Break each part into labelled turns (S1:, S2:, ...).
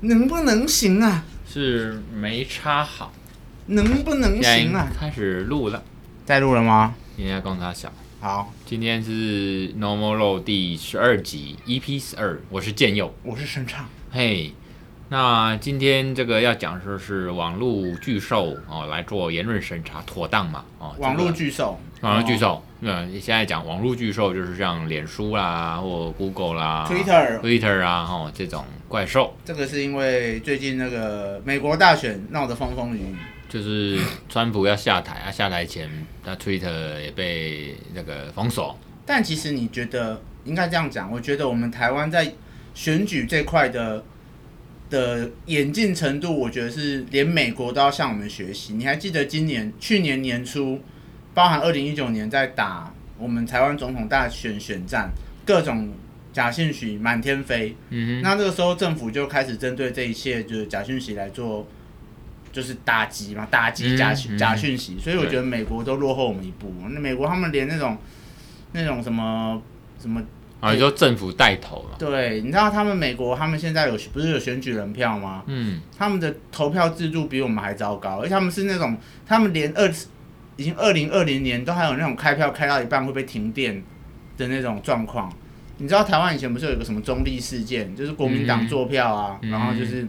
S1: 能行啊？
S2: 是没插好，
S1: 能不能
S2: 现在已
S1: 行
S2: 经
S1: 啊？
S2: 开始录了，
S1: 在录了吗？
S2: 今天要跟大家小，
S1: 好，
S2: 今天是 Normal Road 第十二集 EP 十二，我是剑佑，
S1: 我是声唱。
S2: 嘿、那今天这个要讲说是网络巨兽哦来做言论审查，妥当嘛？哦，这个
S1: 网络巨兽，
S2: 网络巨
S1: 哦
S2: 兽，嗯，现在讲网络巨兽就是像脸书啦，或 Google 啦
S1: Twitter
S2: Twitter 啊，哦这种怪兽，
S1: 这个是因为最近那个美国大选闹得风风雨雨，
S2: 就是川普要下台啊，下台前他 Twitter 也被那个封锁，
S1: 但其实你觉得应该这样讲，我觉得我们台湾在选举这块的的演进程度，我觉得是连美国都要向我们学习。你还记得今年、去年年初，包含二零一九年在打我们台湾总统大选选战，各种假讯息满天飞，
S2: 嗯哼，
S1: 那这个时候政府就开始针对这一切就是假讯息来做，就是打击嘛，打击假、
S2: 嗯嗯
S1: 假讯息。所以我觉得美国都落后我们一步，那美国他们连那种那种什么什么，
S2: 啊，你说政府带头嘛，
S1: 对，你知道他们美国他们现在有不是有选举人票吗？
S2: 嗯，
S1: 他们的投票制度比我们还糟糕，而且他们是那种他们连二已经二零二零年都还有那种开票开到一半会被停电的那种状况。你知道台湾以前不是有一个什么中立事件，就是国民党
S2: 嗯
S1: 做票啊，
S2: 嗯
S1: 然后就是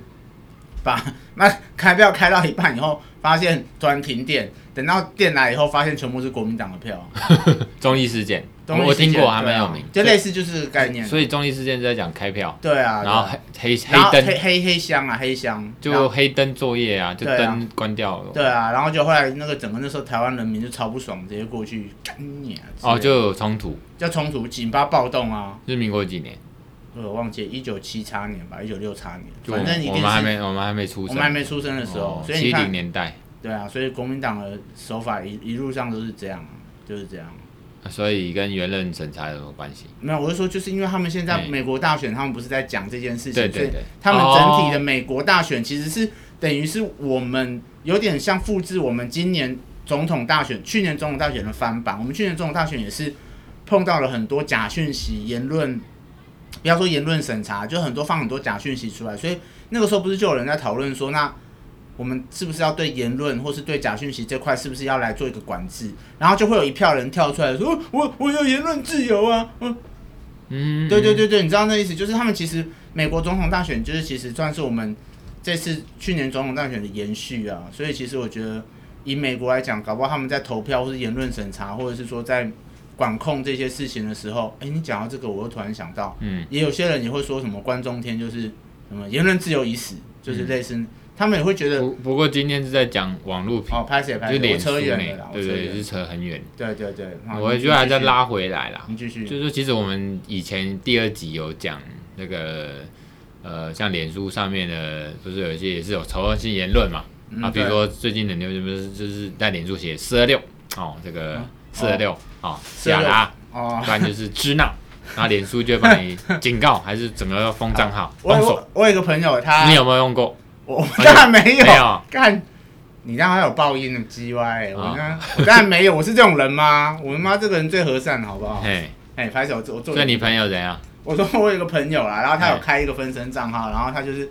S1: 把那开票开到一半以后，发现突然停电，等到电来以后，发现全部是国民党的票。啊
S2: 中医事件，
S1: 中立
S2: 我
S1: 事
S2: 听
S1: 件
S2: 过，还
S1: 对
S2: 蛮
S1: 啊
S2: 有名，
S1: 就类似就是这个概念。
S2: 所以中医事件是在讲开票，
S1: 对啊，
S2: 然后
S1: 对啊
S2: 黑黑
S1: 然后
S2: 黑灯
S1: 黑黑黑箱啊，黑箱然
S2: 就
S1: 后
S2: 黑灯作业啊，就
S1: 对啊
S2: 灯关掉了，
S1: 对啊，然后就后来那个整个那时候台湾人民就超不爽，直接过去干你啊！
S2: 哦，
S1: 之类的
S2: 就有冲突，
S1: 叫冲突，引发暴动啊！
S2: 是民国几年？
S1: 我忘记一九七叉年吧，一九六叉年，
S2: 就我
S1: 反正一
S2: 我
S1: 定
S2: 们还
S1: 是
S2: 没我们还没出
S1: 我
S2: 生，哦
S1: 们还没出生的时候，所以你
S2: 七零
S1: 看，
S2: 年代，
S1: 对啊，所以国民党的手法一一路上都是这样啊，就是这样。
S2: 所以跟原任审查有什么关系？
S1: 没有，我是说，就是因为他们现在
S2: 嗯
S1: 美国大选，他们不是在讲这件事情，
S2: 对对
S1: 所
S2: 对
S1: 以他们整体的
S2: 哦
S1: 美国大选其实是等于是我们有点像复制我们今年总统大选、去年总统大选的翻版。我们去年总统大选也是碰到了很多假讯息、言论，不要说言论审查，就很多放很多假讯息出来，所以那个时候不是就有人在讨论说，那我们是不是要对言论或是对假讯息这块是不是要来做一个管制？然后就会有一票人跳出来说，哦我我有言论自由啊，嗯，
S2: 嗯，
S1: 对对
S2: 对，
S1: 对对，你知道那意思，就是他们其实美国总统大选就是其实算是我们这次去年总统大选的延续啊，所以其实我觉得以美国来讲，搞不好他们在投票或是言论审查，或者是说在管控这些事情的时候，哎，你讲到这个，我又突然想到，
S2: 嗯，
S1: 也有些人也会说什么关中天就是什么言论自由已死，就是
S2: 嗯
S1: 类似，他们也会觉得
S2: 不不过今天是在讲网络平，
S1: 哦，拍谁拍
S2: 就
S1: 谁，我
S2: 脸书
S1: 扯远了
S2: 呢
S1: 啦，，
S2: 对
S1: 我扯
S2: 对，
S1: 远
S2: 是
S1: 了
S2: 扯很远。
S1: 对对对，好
S2: 我
S1: 你
S2: 觉得还
S1: 继
S2: 在
S1: 续
S2: 拉回来啦，
S1: 你继续，
S2: 就是说其实我们以前第二集有讲那个呃，像脸书上面的，不是有一些也是有仇恨性言论嘛？
S1: 嗯
S2: 啊，比如说最近很流行，不是就是在脸书写四二六哦，这个
S1: 嗯
S2: 四二六哦，假啦，
S1: 对哦。
S2: 不然就是 支那，然后脸书就会帮你警告，还是怎么要封账号、
S1: 我
S2: 封锁？
S1: 我我有一个哎朋友，他
S2: 你有没有用过？
S1: 我当然没有，
S2: 没有
S1: 干，你让他有报应的 G Y，我
S2: 哎啊
S1: 当我当然没有，我是这种人吗？我他妈这个人最和善，好不好？
S2: 嘿，
S1: 哎，拍手，我做我做
S2: 所以你朋友怎样？
S1: 我说我有一个朋友啦，然后他有
S2: 哎
S1: 开一个分身账号，然后他就是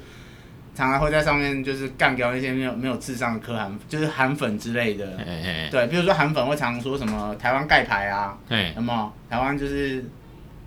S1: 常常会在上面就是干掉那些没有没有智商的科韩，就是韩粉之类的
S2: 嘿。嘿
S1: 对，比如说韩粉会常说什么台湾盖牌啊，
S2: 嘿
S1: 什么台湾就是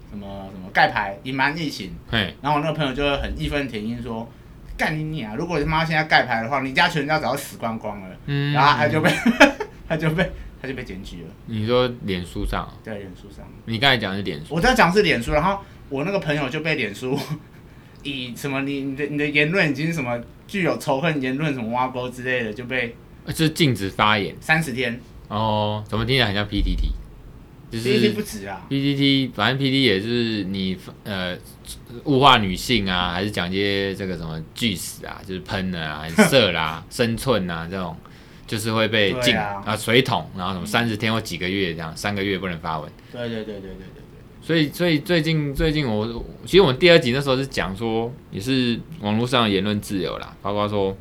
S1: 什么什么盖牌隐瞒疫情，
S2: 嘿，
S1: 然后我那个朋友就会很义愤填膺说：“干你娘！如果他妈现在盖牌的话，你家全家早就死光光了。
S2: 嗯，
S1: 然后他就被 他就被他就被检举了，
S2: 你说脸书上，
S1: 在脸书上。
S2: 你刚才讲的是脸书，
S1: 我在讲是脸书，然后我那个朋友就被脸书 以什么你你的你的言论已经什么具有仇恨言论什么挖沟之类的，就被
S2: 呃就是禁止发言
S1: 三十天，
S2: 哦，怎么听起来很像 PTT？就
S1: 其实不
S2: 是
S1: 止啊。
S2: PTT，反正 PT 也是你呃物化女性啊，还是讲一些这个什么句死啊，就是喷的啊、还是色 啦、生寸啊这种，就是会被
S1: 对
S2: 禁
S1: 啊
S2: 啊水桶，然后什么三十天或几个月这样，三个月不能发文。
S1: 对对对对对对
S2: 所以，所以最近最近我，其实我们第二集那时候是讲说，也是网络上的言论自由啦，包括说，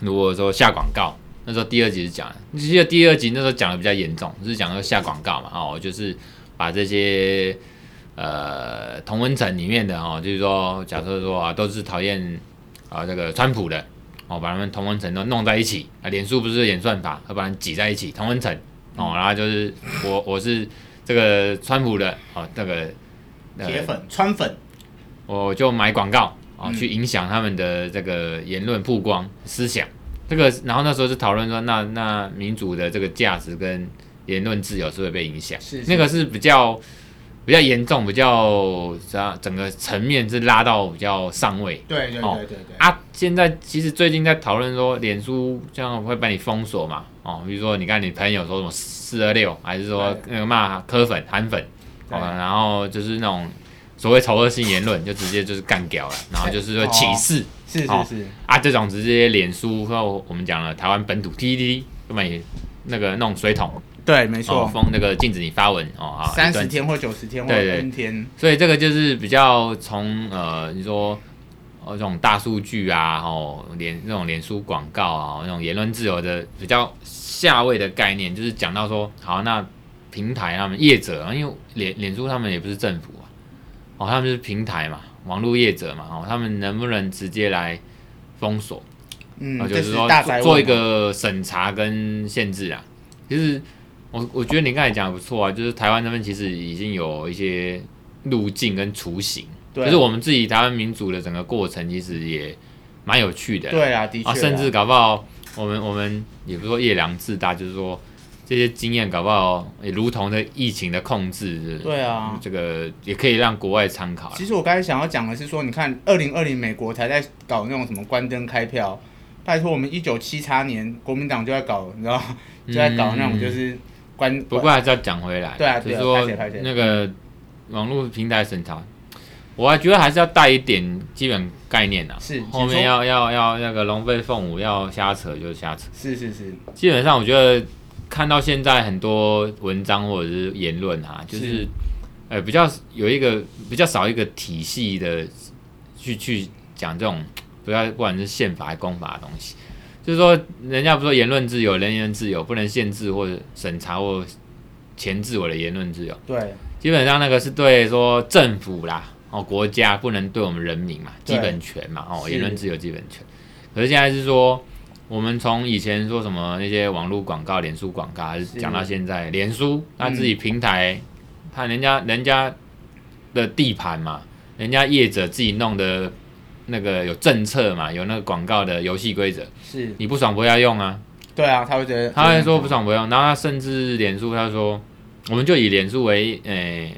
S2: 如果说下广告，那时候第二集是讲的，其实第二集那时候讲的比较严重，是讲说下广告嘛，哦，就是把这些呃同温层里面的哦，就是说，假设说啊，都是讨厌啊、啊这个川普的，哦，把他们同温层都弄在一起啊，脸书不是演算法，要把人挤在一起同温层哦，然后就是我我是这个川普的哦，这个呃
S1: 铁粉、川粉，
S2: 我就买广告啊，
S1: 嗯
S2: 去影响他们的这个言论曝光思想。这个，然后那时候就讨论说，那那民主的这个价值跟言论自由是会被影响，
S1: 是是
S2: 那个是比较比较严重，比较啊整整个层面是拉到比较上位
S1: 对对
S2: 哦
S1: 对对对，
S2: 啊。现在其实最近在讨论说，脸书这样会把你封锁嘛？哦，比如说你看你朋友说什么四二六，还是说那个骂科粉、韩粉，
S1: 对
S2: 哦，然后就是那种所谓仇恶性言论，就直接就是干掉了，然后就是说歧视、
S1: 是是
S2: 哦
S1: 是，
S2: 啊，这种直接脸书和我们讲了台湾本土 TDD 就买那个弄水桶，
S1: 对，没
S2: 哦，
S1: 错，
S2: 封那个禁止你发文哦啊，
S1: 三
S2: 一段
S1: 十天或九十天或
S2: 对对
S1: N 天，
S2: 所以这个就是比较从呃，你说呃这种大数据啊，哦，连那种脸书广告啊，那种言论自由的比较下位的概念，就是讲到说，好，那平台他们业者，啊因为脸脸书他们也不是政府啊，哦，他们是平台嘛，网络业者嘛，哦，他们能不能直接来封锁？
S1: 嗯，
S2: 啊，就
S1: 这
S2: 是说
S1: 大
S2: 做
S1: 宅
S2: 做一
S1: 问嘛
S2: 个审查跟限制啊。其实我我觉得你刚才讲的不错啊，就是台湾这边其实已经有一些路径跟雏形，
S1: 对啊
S2: 就是我们自己台湾民主的整个过程，其实也蛮有趣的啦。
S1: 对啊，的确
S2: 啊，
S1: 啦，
S2: 甚至搞不好我们我们也不是说夜郎自大，就是说这些经验搞不好也如同这疫情的控制，
S1: 对啊
S2: 这个也可以让国外参考啦。
S1: 其实我刚才想要讲的是说，你看，二零二零美国才在搞那种什么关灯开票，拜托我们一九七八年国民党就在搞，你知道，就在搞那种就是关。
S2: 嗯不过还是要讲回来，
S1: 对啊
S2: 就
S1: 对
S2: 是
S1: 啊
S2: 说
S1: 拍谁拍谁
S2: 那个网络平台审查，我还觉得还是要带一点基本概念啊。
S1: 是请
S2: 后面
S1: 说
S2: 要要要那个龙飞凤舞，要瞎扯就瞎扯。
S1: 是是是，
S2: 基本上我觉得看到现在很多文章或者是言论啊，就是
S1: 是
S2: 呃比较有一个比较少一个体系的去去讲这种不要不管是宪法还是公法的东西，就是说人家不说言论自由，人言自由不能限制或者审查或钳制我的言论自由，
S1: 对
S2: 基本上那个是对说政府啦，哦，国家不能对我们人民嘛，
S1: 对
S2: 基本权嘛，哦，
S1: 是
S2: 言论自由基本权。可是现在是说，我们从以前说什么那些网络广告、脸书广告，还是
S1: 是
S2: 讲到现在，脸书他自己平台，他人家人家的地盘嘛，人家业者自己弄的那个有政策嘛，有那个广告的游戏规则，
S1: 是，
S2: 你不爽不要用啊。
S1: 对啊，他会觉得
S2: 他会说不，爽不用，然后他甚至脸书他说，我们就以脸书为诶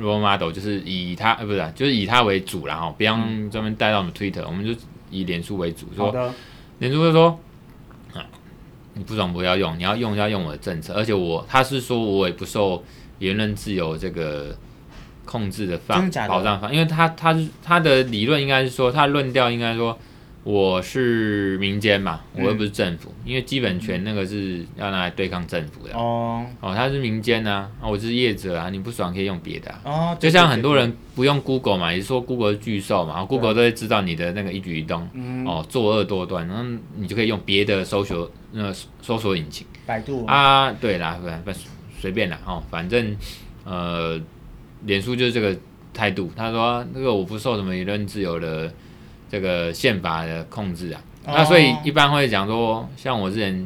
S2: role model，就是以他呃不是啊、就是以他为主啦哈，不要专门带到我们 Twitter，我们就以脸书为主，
S1: 好
S2: 说
S1: 的，
S2: 脸书就说，啊你不爽不要用，你要用要用我的政策，而且我他是说我也不受言论自由这个控制的
S1: 真
S2: 范
S1: 的假的
S2: 保障范，因为他他是他的理论应该是说，他的论调应该说我是民间嘛，我
S1: 嗯
S2: 又不是政府，因为基本权那个是要拿来对抗政府的哦
S1: 哦
S2: 他是民间啊，啊我是业者啊，你不爽可以用别的、啊。
S1: 哦，
S2: 就
S1: 对
S2: 像很多，人不用 Google 嘛，也是说 Google 是巨兽嘛然后，Google 啊
S1: 对
S2: 都会知道你的那个一举一动，
S1: 对对嗯，
S2: 哦，作恶多端，然后你就可以用别的搜索呃搜索引擎
S1: 百度，
S2: 啊，对啦，反反随便啦哦，反正呃，脸书就是这个态度，他说啊那个我不受什么言论自由的这个宪法的控制啊，那所以
S1: 哦
S2: 一般会讲说，像我之前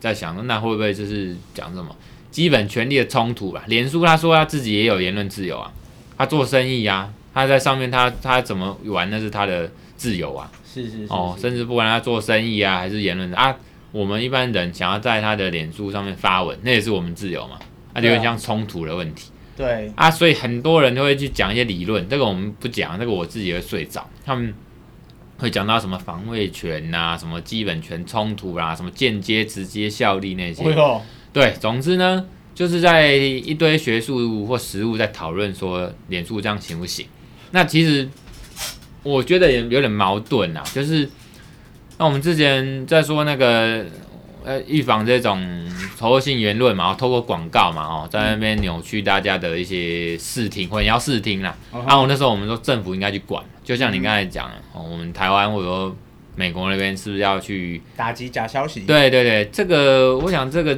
S2: 在想，那会不会就是讲什么基本权利的冲突吧？脸书他说他自己也有言论自由啊，他做生意啊，他在上面他他怎么玩那是他的自由啊。
S1: 是是是
S2: 哦，
S1: 是
S2: 甚至不管他做生意啊，还是言论啊，我们一般人想要在他的脸书上面发文，那也是我们自由嘛，那、就有
S1: 对啊
S2: 点像冲突的问题
S1: 对
S2: 啊，所以很多人都会去讲一些理论，这个我们不讲，这个我自己会睡着，他们会讲到什么防卫权呐、什么基本权冲突啦、什么间接、直接效力那些，
S1: 哎呦，
S2: 对，总之呢，就是在一堆学术或实务在讨论说脸书这样行不行？那其实我觉得也有点矛盾啊，就是那我们之前在说那个呃预防这种仇恶性言论嘛，透过广告嘛，哦，在那边扭曲大家的一些视听，或者要视听啦。
S1: 哦
S2: 啊，我那时候我们说政府应该去管，就像你刚才讲的，哦，我们台湾或者说美国那边是不是要去
S1: 打击假消息，
S2: 对对对，这个我想这个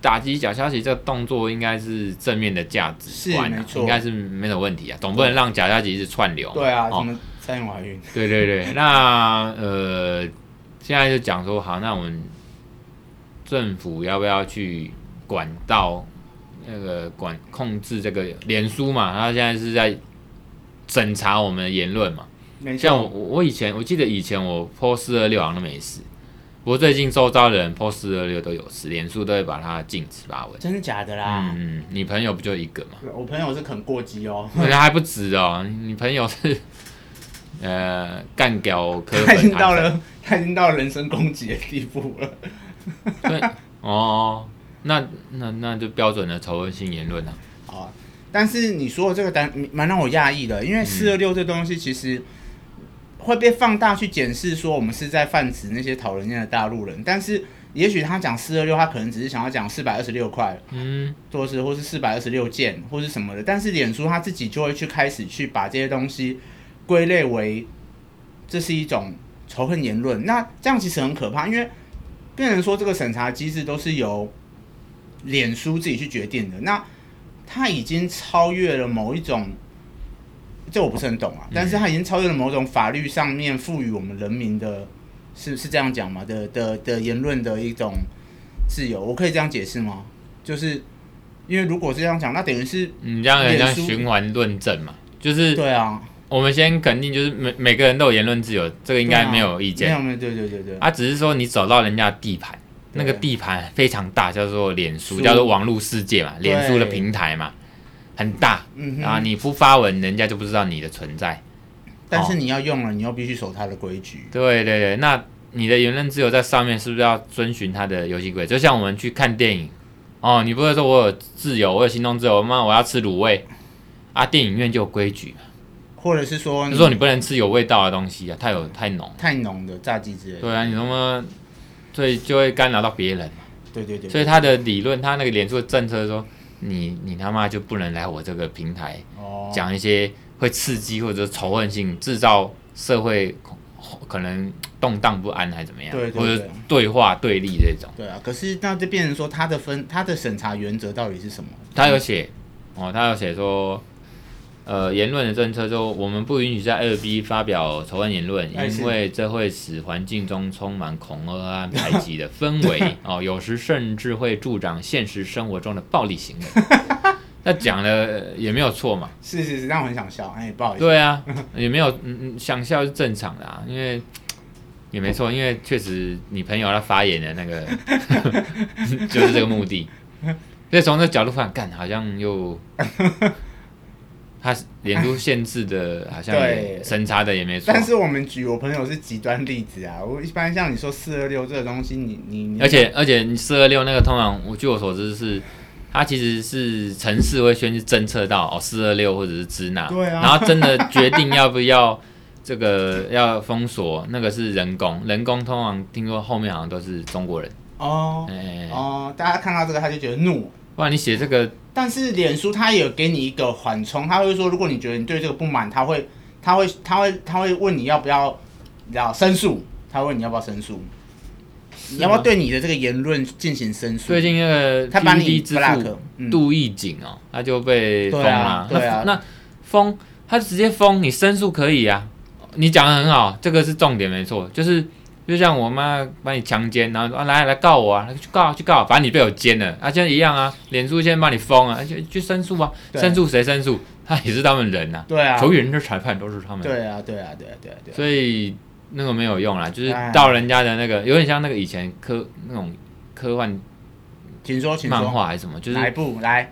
S2: 打击假消息这个动作应该是正面的价值观、
S1: 是
S2: 啊，
S1: 没错
S2: 应该是没有问题啊，总不能让假消息一直串流嘛。
S1: 对啊，什
S2: 哦、
S1: 么三年怀孕，
S2: 对对对，那呃，现在就讲说，好，那我们政府要不要去管到那个管控制这个脸书嘛？他现在是在审查我们的言论嘛？
S1: 没
S2: 像我
S1: 错，
S2: 我以前我记得以前我 PO 四二六好像都没事，不过最近周遭的人 PO 四二六都有事，脸书都会把它禁止发文。
S1: 真的假的啦？
S2: 嗯嗯，你朋友不就一个吗？
S1: 我朋友是啃过激哦，
S2: 可能还不止哦，你朋友是呃干掉科
S1: 他已
S2: 粉
S1: 经到了，他已经到了人身攻击的地步了。
S2: 对哦，那那那就标准的仇恨性言论啊。
S1: 好啊，但是你说的这个单蛮让我讶异的，因为四二六这东西其实会被放大去检视，说我们是在泛指那些讨人厌的大陆人，但是也许他讲四二六，他可能只是想要讲四百二十六块，
S2: 嗯，
S1: 多是或是四百二十六件或是什么的，但是脸书他自己就会去开始去把这些东西归类为这是一种仇恨言论，那这样其实很可怕，因为变成说这个审查机制都是由脸书自己去决定的，那它已经超越了某一种，这我不是很懂啊，但是它已经超越了某种法律上面赋予我们人民的，是是这样讲吗？的的的言论的一种自由，我可以这样解释吗？就是因为如果是这样讲，那等于是
S2: 你这样有点
S1: 脸
S2: 像
S1: 书
S2: 循环论证嘛，就是
S1: 对啊，
S2: 我们先肯定，就是每每个人都有言论自由，这个应该
S1: 对啊
S2: 没有意
S1: 没
S2: 见
S1: 有没有，对对对对，
S2: 啊，只是说你走到人家的地盘，
S1: 对
S2: 那个地盘非常大，叫做脸书，
S1: 书
S2: 叫做网络世界嘛，
S1: 对
S2: 脸书的平台嘛，很大
S1: 嗯哼，
S2: 啊，你不发文，人家就不知道你的存在。
S1: 但是你要用了，你又必须守它的规矩，
S2: 对对对，那你的言论自由在上面是不是要遵循它的游戏规则？就像我们去看电影，哦，你不会说我有自由，我有行动自由，妈我要吃卤味啊，电影院就有规矩嘛，
S1: 或者是说
S2: 就说你不能吃有味道的东西啊，太有太浓。
S1: 太浓的炸鸡之类的，
S2: 对啊，你那么所以就会干扰到别人，
S1: 对对对，
S2: 所以他的理论，他那个脸书的政策说，你你他妈就不能来我这个平台
S1: 哦，
S2: 讲一些会刺激或者是仇恨性，制造社会恐可能动荡不安还是怎么样，
S1: 对对
S2: 或
S1: 对
S2: 者是对话对立这种，
S1: 对啊，可是那就变成说它的分它的审查原则到底是什么？
S2: 他有写哦，他有写说。呃，言论的政策就我们不允许在二 B 发表仇恨言论，
S1: 哎是
S2: 因为这会使环境中充满恐吓和排挤的氛围哦，有时甚至会助长现实生活中的暴力行为。那讲了也没有错嘛，
S1: 是是是，让我很想笑，哎，不好意思，
S2: 对啊，也没有嗯嗯，想笑是正常的、啊，因为也没错，因为确实你朋友他发言的那个 就是这个目的，所以从这角度看，干好像 又他脸书限制的，好像也
S1: 对
S2: 审查的也没错，
S1: 但是我们举我朋友是极端例子啊，我一般像你说四二六这个东西，你你你，
S2: 而且而且你四二六那个通常，我据我所知是。它其实是城市会先去侦测到哦，四二六或者是支那，
S1: 对啊
S2: 然后真的决定要不要这个要封锁，那个是人工，人工通常听说后面好像都是中国人，
S1: 哦
S2: 哎、哎哎
S1: 哦，大家看到这个他就觉得怒。
S2: 不然你写这个
S1: 但是脸书它也有给你一个缓冲，它会说，如果你觉得你对这个不满，它会，它会，它会，它会问你要不要，要申诉，它问你要不要申诉，你要不要对你的这个言论进行申诉
S2: 最？近那个
S1: 他把你
S2: PPT 之
S1: block，
S2: 父
S1: 嗯，
S2: 杜义景哦，他就被封
S1: 对啊
S2: 了，那
S1: 对啊
S2: 那封他直接封你申诉可以啊，你讲的很好，这个是重点没错，就是就像我妈把你强奸，然后说啊来来告我啊，去告啊去告啊，反正你被我奸了，啊现在一样啊，脸书先把你封啊，就去申诉啊，
S1: 对
S2: 申诉谁申诉？他也是他们人呐、
S1: 对啊，
S2: 球员的裁判都是他们，
S1: 对啊，对啊，对啊，对啊，对啊，
S2: 所以那个没有用啦，就是
S1: 哎
S2: 到人家的那个有点像那个以前科那种科幻
S1: 请说，请
S2: 漫
S1: 说，
S2: 画还是什么，就是
S1: 哪一部？来，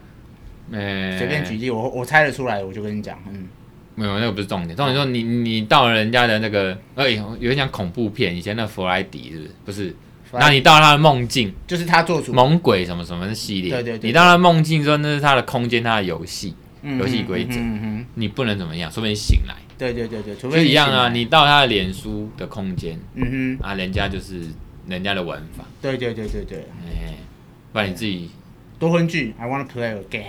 S2: 呃
S1: 随便举例，我我猜得出来，我就跟你讲，嗯，
S2: 没有，那个不是重点。重点说你你到了人家的那个，哎，有点像恐怖片，以前那弗莱迪是不是？不是，那你到他的梦境，
S1: 就是他做主，
S2: 猛鬼什么什么的系列，
S1: 对对对
S2: 你到他的梦境之后，那是他的空间，他的游戏，
S1: 嗯
S2: 游戏规则
S1: 嗯哼，嗯
S2: 你不能怎么样，说不定醒来
S1: 哼对对对对，除
S2: 就
S1: 非
S2: 一样
S1: 醒
S2: 啊。
S1: 来，
S2: 你到他的脸书的空间
S1: 嗯哼，
S2: 啊，人家就是人家的玩法，
S1: 对对对对对，
S2: 哎，不然你自己，
S1: 多婚剧，I wanna play a game。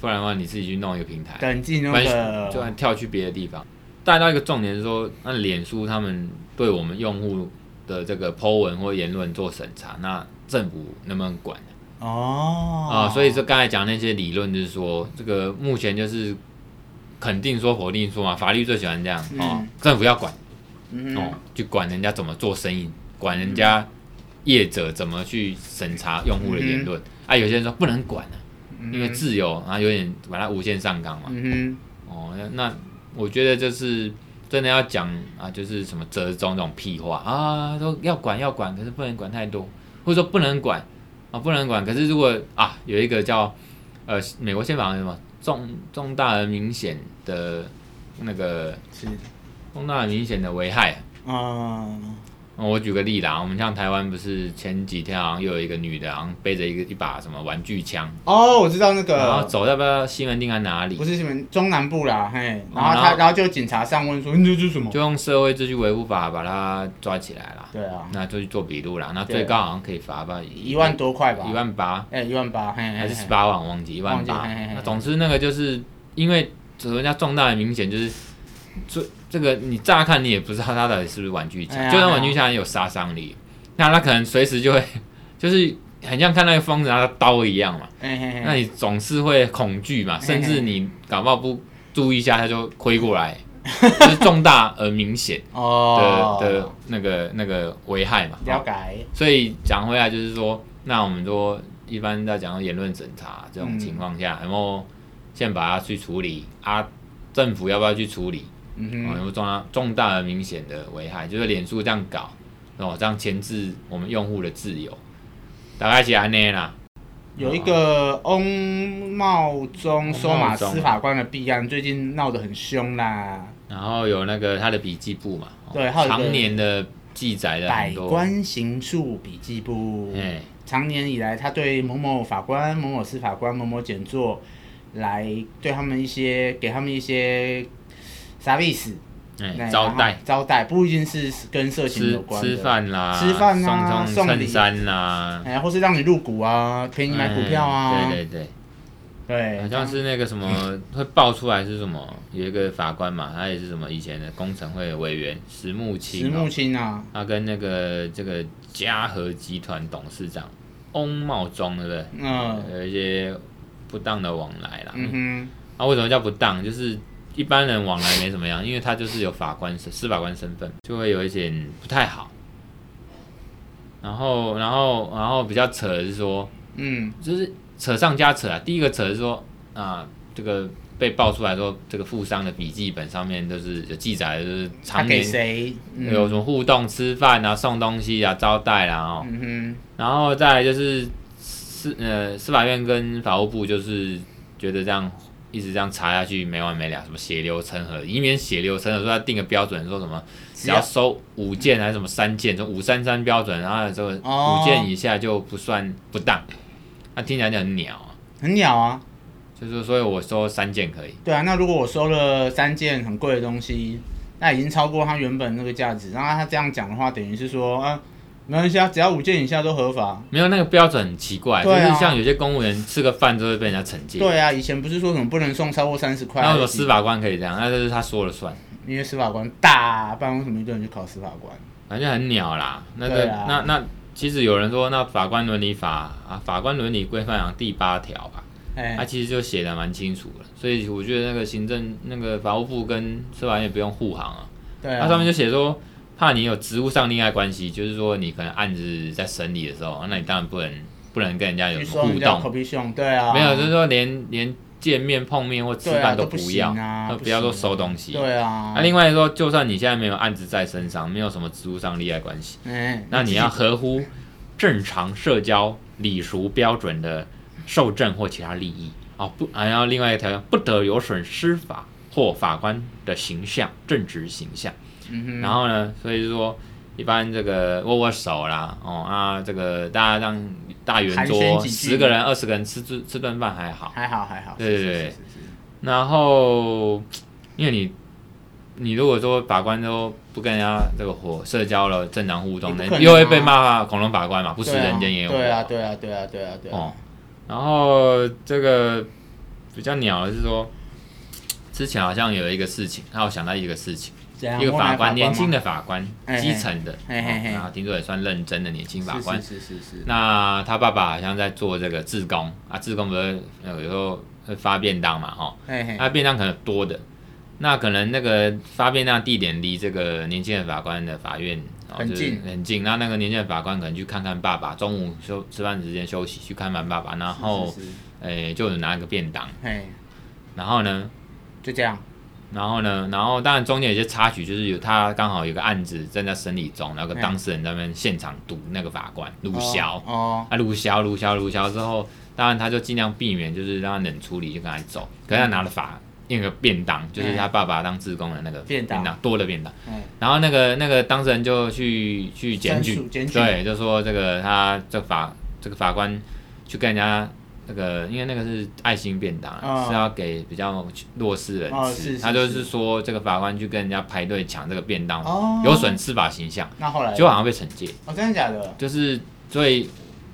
S2: 不然的话你自己去弄一个平台，
S1: 等进那
S2: 不然就
S1: 个，
S2: 算跳去别的地方。带到一个重点是说，那脸书他们对我们用户的这个 Po 文或言论做审查，那政府能不能管呢
S1: 哦
S2: 啊啊、所以说刚才讲那些理论就是说，这个目前就是肯定说否定说嘛，法律最喜欢这样哦
S1: 嗯，
S2: 政府要管
S1: 嗯
S2: 哦
S1: 哼，，
S2: 去管人家怎么做生意，管人家业者怎么去审查用户的言
S1: 嗯
S2: 论啊。有些人说不能管啊，因为自由，然后有点把它无限上纲嘛。
S1: 嗯
S2: 哦，那那我觉得就是真的要讲啊，就是什么折中这种屁话啊，都要管要管，可是不能管太多，或者说不能管啊，不能管。可是如果啊，有一个叫呃美国宪法什么重重大而明显的那个
S1: 哼，是
S2: 重大而明显的危害。
S1: 啊，
S2: 哦我举个例啦，我们像台湾不是前几天好像又有一个女的，好像背着一个一把什么玩具枪，
S1: 哦，我知道那
S2: 然后
S1: 个。
S2: 走到不知道西门町还哪里
S1: 不，是你们中南部啦，嘿，
S2: 哦
S1: 然后
S2: 然
S1: 他，
S2: 后
S1: 然后就警察上问说，你这是什么？
S2: 就用社会秩序维护法把她抓起来啦。
S1: 对啊，
S2: 那就去做笔录啦。那
S1: 对
S2: 最高好像可以罚吧，
S1: 一万多块吧，
S2: 一，万八
S1: 哎，一万八，嘿，嘿
S2: 还是
S1: 嘿
S2: 十八万，我忘记一万八
S1: 忘记嘿嘿嘿。
S2: 那总之那个就是因为人家重大的明显就是，这这个你乍看你也不知道他到底是不是玩具
S1: 哎
S2: 枪，
S1: 呀
S2: 就算玩具枪也有杀伤力，那他可能随时就会 就是很像看那个疯子拿着刀一样嘛，
S1: 嘿嘿嘿，
S2: 那你总是会恐惧嘛，
S1: 嘿
S2: 甚至你感冒不注意一下他就挥 过来，就是重大而明显
S1: 哦
S2: 的的那个那个危害嘛。
S1: 了解，
S2: 所以讲回来就是说，那我们说一般在讲到言论审查这种情况
S1: 嗯
S2: 下，然后先把它去处理啊，政府要不要去处理？
S1: 嗯
S2: 嗯、哦，
S1: 哼，
S2: 有重大重大而明显的危害，就是脸书这样搞，哦，这样钳制我们用户的自由，大概是安内啦。
S1: 有一个翁茂忠收
S2: 翁
S1: 马
S2: 茂忠
S1: 司法官的弊案，最近闹得很凶啦，
S2: 然后有那个他的笔记簿嘛，哦
S1: 对还有一个
S2: 常年的记载了
S1: 百
S2: 很多，
S1: 官刑处笔记簿，
S2: 哎，
S1: 长年以来，他对某某法官、某某司法官、某某检座，来对他们一些给他们一些 service，
S2: 哎，
S1: 来
S2: 招
S1: 然
S2: 待
S1: 后。招待，不一定是跟色情有
S2: 吃
S1: 关的
S2: 吃，饭啦，
S1: 吃饭啊
S2: 送
S1: 送
S2: 送
S1: 礼
S2: 衬衫啦，
S1: 哎，或是让你入股啊，陪你买股票啊，
S2: 嗯对对对，
S1: 对
S2: 好像是那个 什么会爆出来是什么？有一个法官嘛，他也是什么以前的工程会委员石木
S1: 石
S2: 清、
S1: 木
S2: 哦，
S1: 青啊，
S2: 他跟那个这个嘉禾集团董事长翁茂忠，对不对？
S1: 嗯
S2: 有一些不当的往来啦。那、
S1: 嗯
S2: 啊、为什么叫不当？就是一般人往来没怎么样，因为他就是有法官身司法官身份，就会有一点不太好。然后，然后，然后比较扯的是说，
S1: 哼，嗯
S2: 就是扯上加扯啊。第一个扯是说啊，这个被爆出来说，这个富商的笔记本上面就是有记载，就是
S1: 他
S2: 常
S1: 给
S2: 年
S1: 谁？嗯
S2: 有什么互动、吃饭啊、送东西啊、招待啦、哦。
S1: 嗯
S2: 然后再来就是司呃司法院跟法务部就是觉得这样一直这样查下去没完没了，什么血流成河，以免血流成河，说要定个标准，说什么
S1: 哼，
S2: 只要收五件还是什么三件，就五三三标准，然后这个
S1: 哦
S2: 五件以下就不算不当。那、听起来就很鸟啊，
S1: 很鸟啊，
S2: 就是所以我说三件可以，
S1: 对啊，那如果我收了三件很贵的东西，那已经超过它原本那个价值，然后他这样讲的话，等于是说，啊，没关系啊，只要五件以下都合法。
S2: 没有那个标准很奇怪，
S1: 对啊
S2: 就是像有些公务员吃个饭都会被人家惩戒。
S1: 对啊，以前不是说什么不能送超过三十块，
S2: 那为什么司法官可以这样？那就是他说了算，
S1: 因为司法官大，不然为什么一堆人去考司法官？
S2: 反正很鸟啦。那
S1: 对
S2: 个、
S1: 啊
S2: 那那其实有人说，那法官伦理法啊，法官伦理规范好像第八条吧，
S1: 哎、
S2: 它、其实就写的蛮清楚了。所以我觉得那个行政那个法务部跟司法院也不用护航啊。
S1: 对
S2: 它、
S1: 啊，
S2: 上面就写说，怕你有职务上利害关系，就是说你可能案子在审理的时候，那你当然不能不能跟人家有
S1: 去
S2: 什
S1: 说
S2: 么互
S1: 人家
S2: 动，
S1: 口鼻凶，对啊，
S2: 没有，就是说连连见面碰面或吃
S1: 对啊
S2: 饭
S1: 都
S2: 不
S1: 行
S2: 要，
S1: 啊，
S2: 那不要说
S1: 行啊
S2: 收东西。
S1: 对啊，
S2: 那、另外说，就算你现在没有案子在身上，没有什么职务上利害关系，
S1: 哎、
S2: 那你
S1: 自己
S2: 要合乎正常社交礼俗标准的受证或其他利益啊、不，还要另外一个条件，不得有损司法或法官的形象、正直形象。
S1: 嗯哼，
S2: 然后呢，所以说一般这个握握手啦，哦啊，这个大家让大圆
S1: 寒暄
S2: 桌
S1: 几句
S2: 十个人、二十个人吃吃吃顿饭还好。
S1: 还好还好，
S2: 对对
S1: 是
S2: 对
S1: 是是是
S2: 然后因为你你如果说法官都不跟人家这个火社交了，正常互动
S1: 你不
S2: 的，
S1: 可能啊
S2: 又会被骂恐龙法官嘛，不
S1: 不
S2: 食人间烟火。
S1: 对啊对啊对啊对啊对啊，
S2: 哦，然后这个比较鸟的是说，之前好像有一个事情，让我想到一个事情。
S1: 怎样
S2: 一个
S1: 摸奶
S2: 法
S1: 法
S2: 官，年轻
S1: 的
S2: 的法官
S1: 嘿，嘿
S2: 基层的，
S1: 嘿嘿嘿
S2: 哦然后听说也算认真的年轻法官。
S1: 是是是是是，
S2: 那他爸爸好像在做这个志工啊，志工不是呃有时候会发便当嘛，哦，
S1: 嘿嘿，
S2: 那便当可能多的，那可能那个发变量地点离这个年轻人法官的法院、哦、
S1: 很
S2: 就是
S1: 近
S2: 很近，那那个年轻人法官可能去看看爸爸，中午休吃饭时间休息去看看爸爸，然后
S1: 是是是
S2: 诶、就有拿一个便当，
S1: 嘿，
S2: 然后呢，
S1: 就这样，
S2: 然后呢，然后当然中间有些插曲，就是有他刚好有个案子正在审理中，然
S1: 嗯
S2: 后跟当事人在那边现场堵那个法官鲁
S1: 小
S2: 枭，
S1: 哦，
S2: 啊鲁枭鲁枭鲁枭之后，当然他就尽量避免就是让他冷处理，就跟他走。可是他拿了法那个便当，就是他爸爸当志工的那个
S1: 哎便当
S2: 多的便当，
S1: 嗯
S2: 然后那个那个当事人就去去检
S1: 申
S2: 举
S1: 诉，检举
S2: 对，就说这个他这个法这个法官去跟人家那个，因为那个是爱心便当啊，
S1: 哦
S2: 是要给比较弱势人吃。
S1: 哦是是
S2: 他就是是说这个法官去跟人家排队抢这个便当，
S1: 哦
S2: 有损司法形象，
S1: 那后来
S2: 结果好像被惩戒。
S1: 哦，真的假的？
S2: 就是所以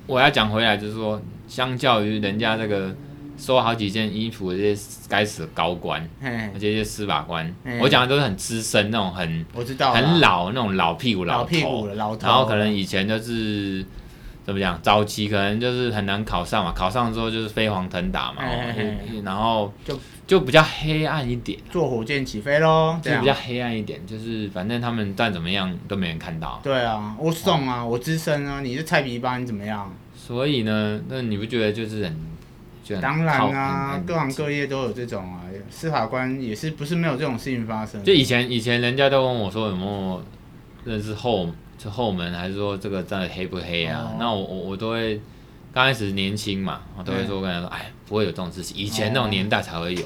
S2: 我要讲回来，就是说，相较于人家这个收好几件衣服的这些该死的高官，
S1: 嘿
S2: 而，且这些司法官，
S1: 嗯
S2: 我讲的都是很资深那种很。
S1: 我知道啦，
S2: 很老那种老屁股
S1: 老
S2: 头，
S1: 屁股了，老头，
S2: 然后可能以前就是怎么讲，早期可能就是很难考上嘛，考上之后就是飞黄腾达嘛，
S1: 嘿嘿
S2: 哦然后
S1: 就
S2: 就比较黑暗一点，
S1: 坐火箭起飞喽，这
S2: 就是
S1: 样
S2: 比较黑暗一点，就是反正他们再怎么样都没人看到，
S1: 对啊，我送啊，我资深啊，你是菜皮吧？你怎么样？
S2: 所以呢，那你不觉得就是很就很
S1: 当然
S2: 靠
S1: 啊
S2: 很，
S1: 各行各业都有这种啊，司法官也是不是没有这种事情发生？
S2: 就以前以前人家都问我说有没有认识后是后门，还是说这个真的黑不黑啊？
S1: 哦嗯
S2: 那我我我都会刚开始年轻嘛，我都会说跟他说，哎，不会有这种事情，以前那种年代才会
S1: 哦
S2: 有。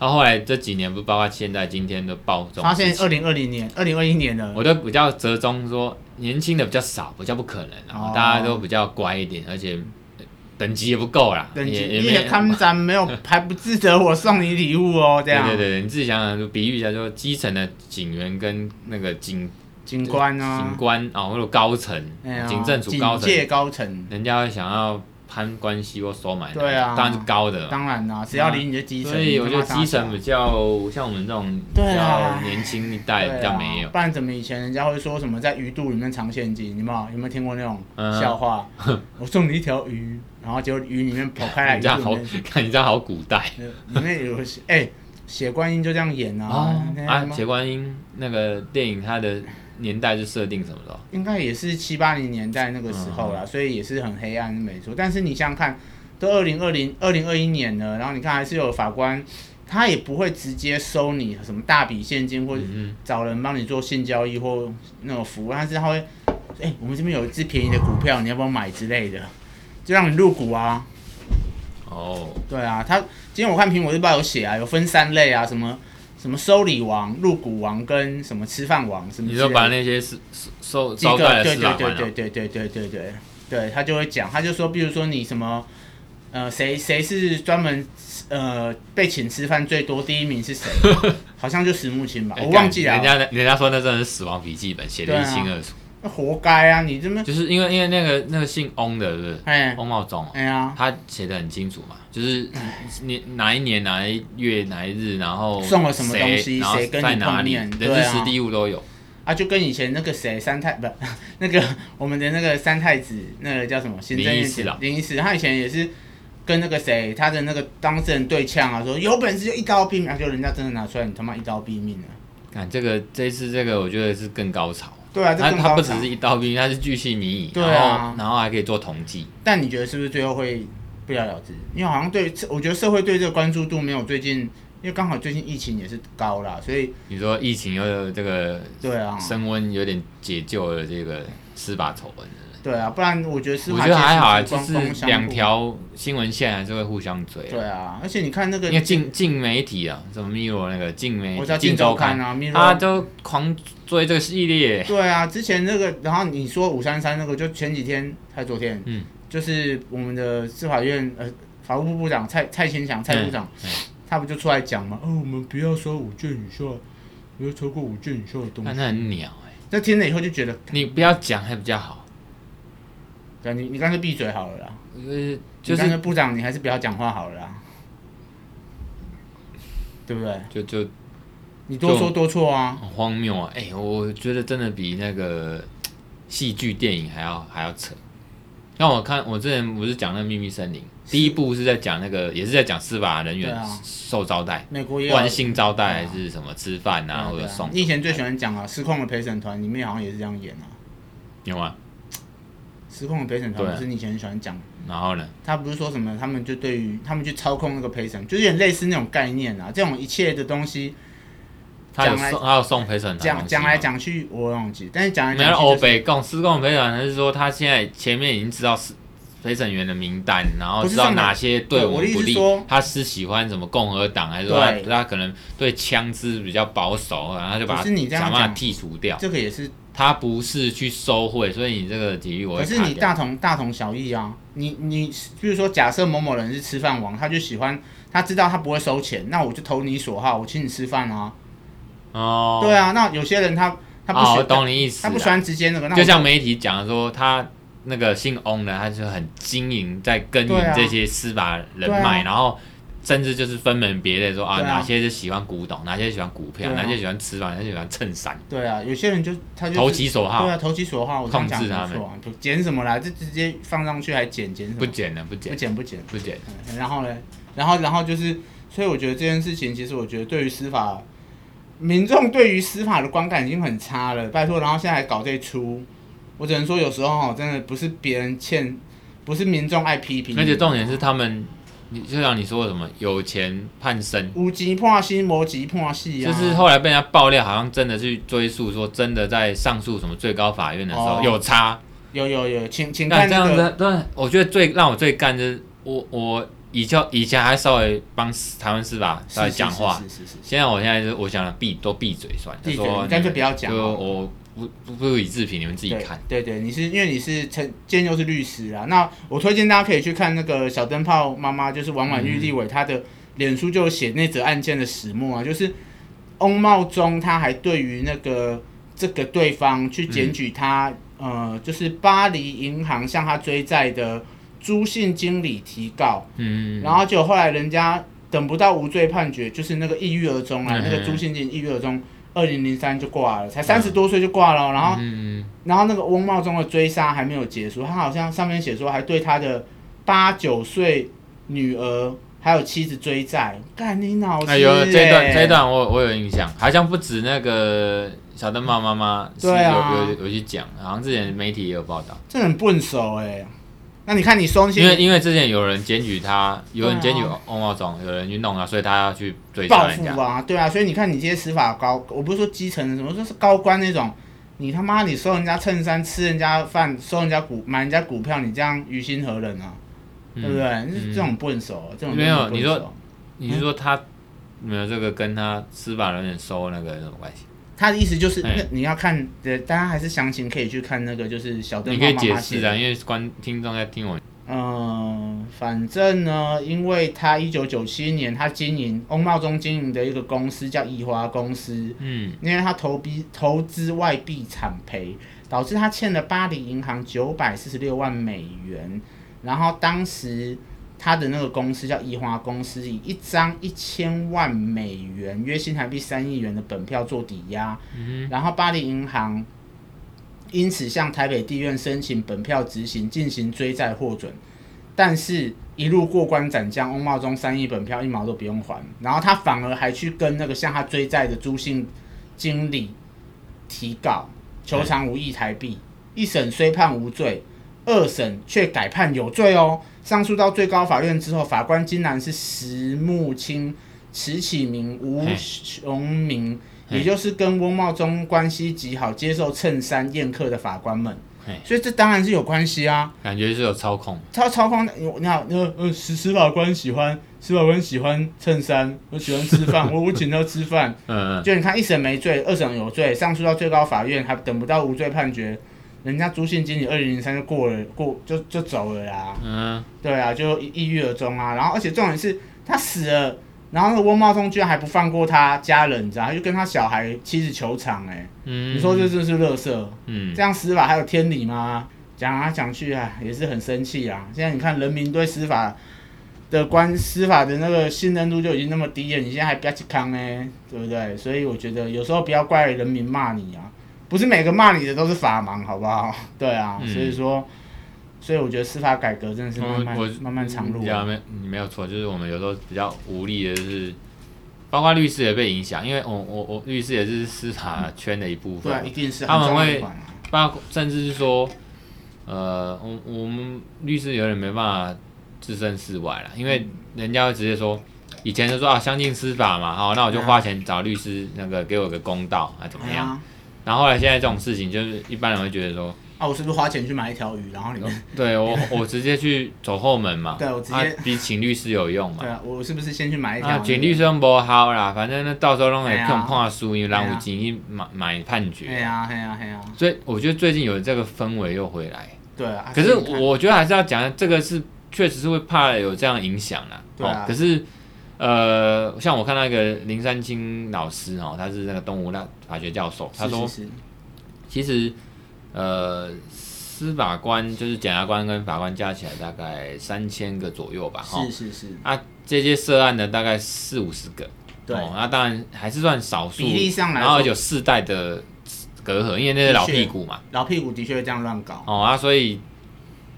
S2: 然后后来这几年不包括现在今天都爆这种
S1: 发
S2: 事
S1: 现
S2: 情
S1: 二零二零年、二零二一年了，
S2: 我都比较折中说年轻的比较少，比较不可能，然后
S1: 哦
S2: 大家都比较乖一点，而且呃等级也不够啦，
S1: 等级
S2: 也也
S1: 一
S2: 没
S1: 的看展没 有，还不值得我送你礼物哦，这
S2: 对
S1: 样。
S2: 对对，对你自己想想，就比喻一下，说基层的警员跟那个警
S1: 警官
S2: 警
S1: 啊，
S2: 官啊，或者高层
S1: 哎呀，
S2: 警政署高
S1: 警
S2: 层，
S1: 界高层，
S2: 人家会想要攀关系或收买，
S1: 对啊
S2: 当然是高的嘛。
S1: 当然啊啦，只要离你的基层，
S2: 所以我觉得
S1: 你他妈啊
S2: 基层
S1: 傻
S2: 比较像我们这种比
S1: 对啊
S2: 较年轻一代
S1: 对啊
S2: 比较没有，
S1: 不然怎么以前人家会说什么在鱼肚里面藏现金？你们有有没有听过那种
S2: 嗯
S1: 笑 话？我送你一条鱼，然后结果鱼里面跑开来，
S2: 你
S1: 鱼
S2: 这样
S1: 肚
S2: 好
S1: 里面，
S2: 看你这样好古代
S1: 里面有哎、血观音就这样演啊，
S2: 哦
S1: 那
S2: 啊！
S1: 什么
S2: 铁观音那个电影它的年代是设定什么的哦？
S1: 应该也是七八零年代那个时候
S2: 嗯
S1: 啦，所以也是很黑暗没错。但是你想想看，都二零二零、二零二一年了，然后你看还是有法官，他也不会直接收你什么大笔现金或者
S2: 嗯
S1: 找人帮你做性交易或那种服务，但是他会，哎、我们这边有一只便宜的股票，你要不要买之类的，就让你入股啊。
S2: 哦，
S1: 对啊，他今天我看苹果日报有写啊，有分三类啊，什么什么收礼王、入股王跟什么吃饭王什么之
S2: 你
S1: 类的。
S2: 说把那些是是收
S1: 几
S2: 招待
S1: 个
S2: 的
S1: 对
S2: 司
S1: 对
S2: 法
S1: 对
S2: 官
S1: 对
S2: 啊，
S1: 对对对对对，对他就会讲，他就说，比如说你什么。呃，谁谁是专门呃被请吃饭最多？第一名是谁？ 好像就石木青吧，
S2: 哎
S1: 我忘记了。
S2: 人家人家说那真的是死亡笔记本，写的
S1: 对
S2: 一
S1: 啊
S2: 清二楚，
S1: 那活该啊！你这么
S2: 就是因为因为那个那个姓翁的，是不是？
S1: 哎
S2: 翁茂忠哦，
S1: 哎呀，
S2: 他写的很清楚嘛，就是你哪一年哪一月哪一日，然后
S1: 送了什么东西
S2: 谁然后
S1: 谁跟你
S2: 在哪里，
S1: 碰面
S2: 人
S1: 对
S2: 事
S1: 啊
S2: 实地物都有。
S1: 啊，就跟以前那个谁三太不， 那个我们的那个三太子，那个叫什么？行政
S2: 林
S1: 院
S2: 医师
S1: 长
S2: 啊
S1: 林医师，他以前也是跟那个谁，他的那个当事人对呛啊，说有本事就一刀毙命，啊，就人家真的拿出来，你他妈一刀毙命了。
S2: 看这个这一次这个，我觉得是更高潮。
S1: 对啊，这
S2: 他
S1: 更
S2: 他
S1: 高
S2: 不只
S1: 潮
S2: 是。一刀毙，他是巨细靡遗，
S1: 对
S2: 然
S1: 啊
S2: 后然后还可以做统计。
S1: 但你觉得是不是最后会不了了之？因为好像对，我觉得社会对这个关注度没有最近，因为刚好最近疫情也是高啦，所以
S2: 你说疫情又这个
S1: 对啊，
S2: 升温，有点解救了这个司法丑闻。
S1: 对啊，不然我觉得司
S2: 我
S1: 法
S2: 觉得
S1: 界
S2: 还好啊，
S1: 是
S2: 就
S1: 光
S2: 是
S1: 光相
S2: 两
S1: 顾。
S2: 条新闻线还是会互相追啊。
S1: 对啊，而且你看那个
S2: 因为进进媒体啊，什么 Mirror 那个进媒
S1: 我知道，
S2: 进
S1: 镜周
S2: 周
S1: 刊
S2: 刊，
S1: 啊，Mirror
S2: 他都狂追这个系列，
S1: 对啊，之前那个，然后你说五三三那个，就前几天还昨天，
S2: 嗯，
S1: 就是我们的司法院呃法务部部长蔡蔡清祥蔡部长，
S2: 嗯
S1: 他不就出来讲嘛，哦，我们不要收五卷以下，不要超过五卷以下的东
S2: 但
S1: 西。
S2: 他很鸟哎、
S1: 那听了以后就觉得，
S2: 你不要讲还比较好，
S1: 干啊你你干脆闭嘴好了啦，
S2: 就是就
S1: 你干脆
S2: 是
S1: 部长你还是不要讲话好了啦，对不对？
S2: 就就
S1: 你多说多错啊，
S2: 很荒谬啊！哎、我觉得真的比那个戏剧电影还要还要扯，像我看，我之前不是讲那个秘密森林，第一部是在讲那个，也是在讲司法人
S1: 对
S2: 员
S1: 啊
S2: 受招待，
S1: 美国
S2: 不
S1: 也有
S2: 管是性招待
S1: 对啊
S2: 还是什么吃饭
S1: 对啊
S2: 啊，或
S1: 对
S2: 者
S1: 啊
S2: 送什么，
S1: 你以前最喜欢讲啊，失控的陪审团里面好像也是这样演啊。
S2: 有啊，
S1: 失控的陪审
S2: 对
S1: 团
S2: 啊
S1: 不是你以前很喜欢讲，
S2: 然后呢，
S1: 他不是说什么，他们就对于他们去操控那个陪审，就是有点类似那种概念啊。这种一切的东西
S2: 他有
S1: 讲来
S2: 送，他有送陪审团东
S1: 讲
S2: 西
S1: 讲来
S2: 吗。
S1: 讲去我忘记，但是讲来
S2: 啊没有
S1: 讲去、
S2: 欧
S1: 就是，
S2: 北共司共陪审团是说他现在前面已经知道是陪审员的名单，然后
S1: 不是
S2: 知道
S1: 上的
S2: 哪些对
S1: 对
S2: 我
S1: 我
S2: 们
S1: 的意思
S2: 不
S1: 是
S2: 利
S1: 说，
S2: 他是喜欢什么共和党，还是说他
S1: 对
S2: 他可能对枪支比较保守，然后他就把
S1: 可
S2: 它
S1: 是你这样
S2: 想办法
S1: 讲
S2: 剔除掉。
S1: 这个也是，
S2: 他不是去收贿，所以你这个体育我
S1: 可
S2: 会
S1: 是
S2: 卡
S1: 你
S2: 掉
S1: 大同大同小异啊。你你比如说，假设某某人是吃饭王，他就喜欢，他知道他不会收钱，那我就投你所好，我请你吃饭啊。
S2: 哦，
S1: 对啊，那有些人他他不喜
S2: 哦，我
S1: 欢、
S2: 懂你意思
S1: 他
S2: 啦，
S1: 不喜欢直接那个，那我
S2: 就像媒体讲的说他。那个姓翁的，他就很经营在耕
S1: 对
S2: 耘
S1: 啊
S2: 这些司法人
S1: 对
S2: 脉，
S1: 啊
S2: 然后甚至就是分门别类说啊，
S1: 对啊
S2: 哪些是喜欢古董，哪些喜欢股票，
S1: 对啊
S2: 哪些喜欢吃饭，哪些喜欢衬衫，
S1: 对啊，有些人就他就
S2: 投
S1: 是
S2: 其所好
S1: 对，啊，投其所好，我这样讲
S2: 控制他
S1: 没
S2: 们
S1: 错啊，就剪什么啦，就直接放上去还剪剪什么？
S2: 不捡了，不
S1: 不
S2: 捡，
S1: 剪不剪。
S2: 不捡。
S1: 嗯然后呢，然后然后就是，所以我觉得这件事情，其实我觉得对于司法民众对于司法的观感已经很差了，拜托，然后现在还搞这一出，我只能说有时候哦，真的不是别人欠，不是民众爱批评你，
S2: 而且重点是他们，你就像你说的什么有钱判生，
S1: 无极破心，魔极破戏啊，
S2: 就是后来被人家爆料，好像真的去追溯说真的在上诉什么最高法院的时候
S1: 哦
S2: 有差，
S1: 有有有，请请
S2: 那
S1: 看
S2: 这
S1: 那
S2: 样
S1: 个
S2: 子，对，我觉得最让我最干就是我我以前以前还稍微帮台湾司法稍微
S1: 是
S2: 讲话，
S1: 是是是是是
S2: 现在我现在就是我想闭都闭嘴算了，
S1: 闭嘴
S2: 就说
S1: 你干脆
S2: 们
S1: 不要讲
S2: 就
S1: 好了
S2: 我不不不予置评，你们自己看。
S1: 对对对，你是因为你是陈建佑是律师啊，那我推荐大家可以去看那个小灯泡妈妈，就是王婉玉
S2: 嗯
S1: 立委，她的脸书就有写那则案件的始末啊，就是翁茂忠他还对于那个这个对方去检
S2: 嗯
S1: 举他，呃，就是巴黎银行向他追债的朱姓经理提告，
S2: 嗯，
S1: 然后就后来人家等不到无罪判决，就是那个抑郁而终啊，
S2: 嗯
S1: 那个朱姓经理抑郁而终，二零零三就挂了，才三十多岁就挂了哦，然后。
S2: 嗯，
S1: 然后那个翁茂忠的追杀还没有结束，他好像上面写说还对他的八九岁女儿还有妻子追债，干你脑子、欸！
S2: 哎呦，这一段这一段我我有印象，好像不止那个小灯泡妈妈是有
S1: 对啊
S2: 有有去讲，好像之前媒体也有报道，
S1: 这很笨手哎、那你看你收那
S2: 因为
S1: 些
S2: 因为之前有人检举他，有人
S1: 对
S2: 检
S1: 啊
S2: 举翁茂总，有人去弄他，所以他要去追
S1: 暴
S2: 杀人
S1: 富
S2: 家。
S1: 啊，对啊，所以你看你这些司法高，我不是说基层的什么，我说是高官那种，你他妈你收人家衬衫、吃人家饭、收人家股、买人家股票，你这样于心何忍啊？
S2: 嗯
S1: 对不对？这种笨手，这种
S2: 没有
S1: 真的笨
S2: 你说
S1: 手
S2: 你是说他没有这个跟他司法人员收那个有什么关系？
S1: 他的意思就是，
S2: 哎
S1: 那你要看，呃，大家还是详情可以去看那个，就是小灯
S2: 你
S1: 泡
S2: 可以
S1: 妈
S2: 解
S1: 哦妈写
S2: 释
S1: 的。
S2: 啊，因为观听众在听我们。
S1: 嗯、反正呢，因为他一九九七年他经营翁茂忠经营的一个公司叫怡华公司，
S2: 嗯，
S1: 因为他投币投资外币产赔，导致他欠了巴黎银行九百四十六万美元。然后当时他的那个公司叫怡华公司，以一张一千万美元（约新台币三亿元）的本票做抵押，然后巴黎银行因此向台北地院申请本票执行进行追债获准，但是一路过关斩将，翁茂忠三亿本票一毛都不用还，然后他反而还去跟那个向他追债的朱姓经理提告，求偿五亿台币，一审虽判无罪。二审却改判有罪哦。上诉到最高法院之后，法官竟然是石木清、池启明、吴
S2: 嘿
S1: 雄明，
S2: 嘿
S1: 也就是跟翁茂忠关系极好、接受衬衫宴客的法官们
S2: 嘿。
S1: 所以这当然是有关系啊。
S2: 感觉是有操控。
S1: 他超方，你你好，呃呃，司司法官喜欢司法官喜欢衬衫，我喜欢吃饭，我我请他吃饭，
S2: 嗯，
S1: 就你看一审没罪，二审有罪，上诉到最高法院还等不到无罪判决，人家朱信经理二零零三就过了，过就就走了啦。
S2: 嗯，
S1: 对啊，就一抑郁而终啊。然后而且重点是他死了，然后那个翁茂通居然还不放过他家人，你知道，他就跟他小孩妻子求偿、欸，哎、
S2: 嗯，
S1: 你说这真是乐色，
S2: 嗯，
S1: 这样司法还有天理吗？讲来讲去啊，也是很生气啊。现在你看人民对司法的关司法的那个信任度就已经那么低了，你现在还不要去康呢，对不对？所以我觉得有时候不要怪人 民骂你啊，不是每个骂你的都是法盲，好不好？对啊，
S2: 嗯
S1: 所以说所以我觉得司法改革真的是
S2: 我
S1: 慢慢
S2: 嗯哦我
S1: 慢慢长路
S2: 对啊，
S1: 啊。
S2: 没你没有错，就是我们有时候比较无力的是，包括律师也被影响，因为我我我律师也是司法圈的一部
S1: 对啊，
S2: 分，
S1: 一定是
S2: 他们
S1: 很重要
S2: 会
S1: 的一环啊
S2: 包括甚至是说，呃，我我们律师有点没办法置身事外了，因为人家会直接说，以前就说啊相信司法嘛，好，那我就
S1: 啊
S2: 花钱找律师那个给我个公道啊怎么
S1: 哎
S2: 样？
S1: 呀
S2: 然后后来现在这种事情，就是一般人会觉得说，
S1: 啊，我是不是花钱去买一条鱼，然后里面
S2: 对我我直接去走后门嘛，
S1: 对我直接
S2: 啊比请律师有用嘛
S1: 对。啊，我是不是先去买一条
S2: 啊，
S1: 那个？
S2: 简律生无效啦，反正那到时候拢会
S1: 哎呀
S2: 看判输，因为人有钱去买买判
S1: 哎
S2: 决。
S1: 呀，哎呀，哎呀，
S2: 所以我觉得最近有这个氛围又回来，
S1: 对啊。啊
S2: 可是
S1: 所以你看
S2: 我觉得还是要讲，这个是确实是会怕有这样影响啦。
S1: 对啊
S2: 哦，可是呃，像我看到一个林三清老师哦，他是那个东吴那法学教授，他
S1: 是
S2: 说
S1: 是是
S2: 其实呃，司法官就是检察官跟法官加起来大概三千个左右吧，哈、
S1: 是是是，
S2: 啊，这些涉案的大概四五十个，
S1: 对
S2: 哦，那当然还是算少数，
S1: 比例上来
S2: 然后
S1: 说
S2: 有世代的隔阂，因为那是老
S1: 的确
S2: 屁股嘛，
S1: 老屁股的确会这样乱搞，
S2: 哦啊，所以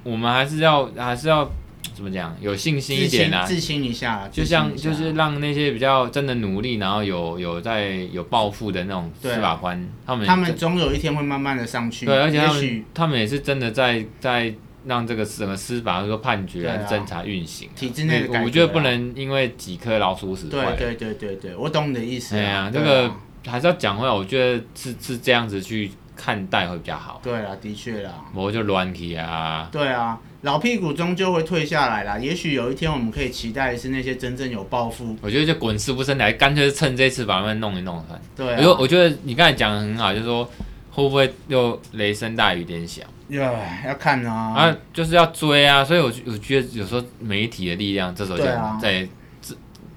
S2: 我们还是要还是要怎么讲，有信心一
S1: 自
S2: 点
S1: 清
S2: 啊，
S1: 自清一下啦，
S2: 就
S1: 自清
S2: 像
S1: 一下
S2: 就是让那些比较真的努力，然后有有在有抱负的那种
S1: 对
S2: 司法官，他们
S1: 他们总有一天会慢慢的上去，
S2: 对，而且他
S1: 也
S2: 们
S1: 许
S2: 他们也是真的在在让这个整个司法说判决啊、
S1: 对啊
S2: 侦查运行啊、
S1: 体制内的改革啊
S2: 我觉得不能因为几颗老鼠屎坏了
S1: 对对对对对，我懂你的意思
S2: 哎呀
S1: 啊，，
S2: 这
S1: 对
S2: 个
S1: 啊
S2: 还是要讲回来，我觉得是是这样子去看待会比较好。
S1: 对啦，的确啦。
S2: 我就乱去啊，
S1: 对啊，老屁股终究会退下来啦。也许有一天我们可以期待的是那些真正有抱负。
S2: 我觉得就滚师傅生来，干脆趁这次把他们弄一弄算。
S1: 对、
S2: 我觉得
S1: 啊，
S2: 我觉得你刚才讲的很好，就是说会不会又雷声大雨点小
S1: 呀要看啊。
S2: 啊，就是要追啊。所以我觉我觉得有时候媒体的力量，这时候就
S1: 对啊
S2: 在这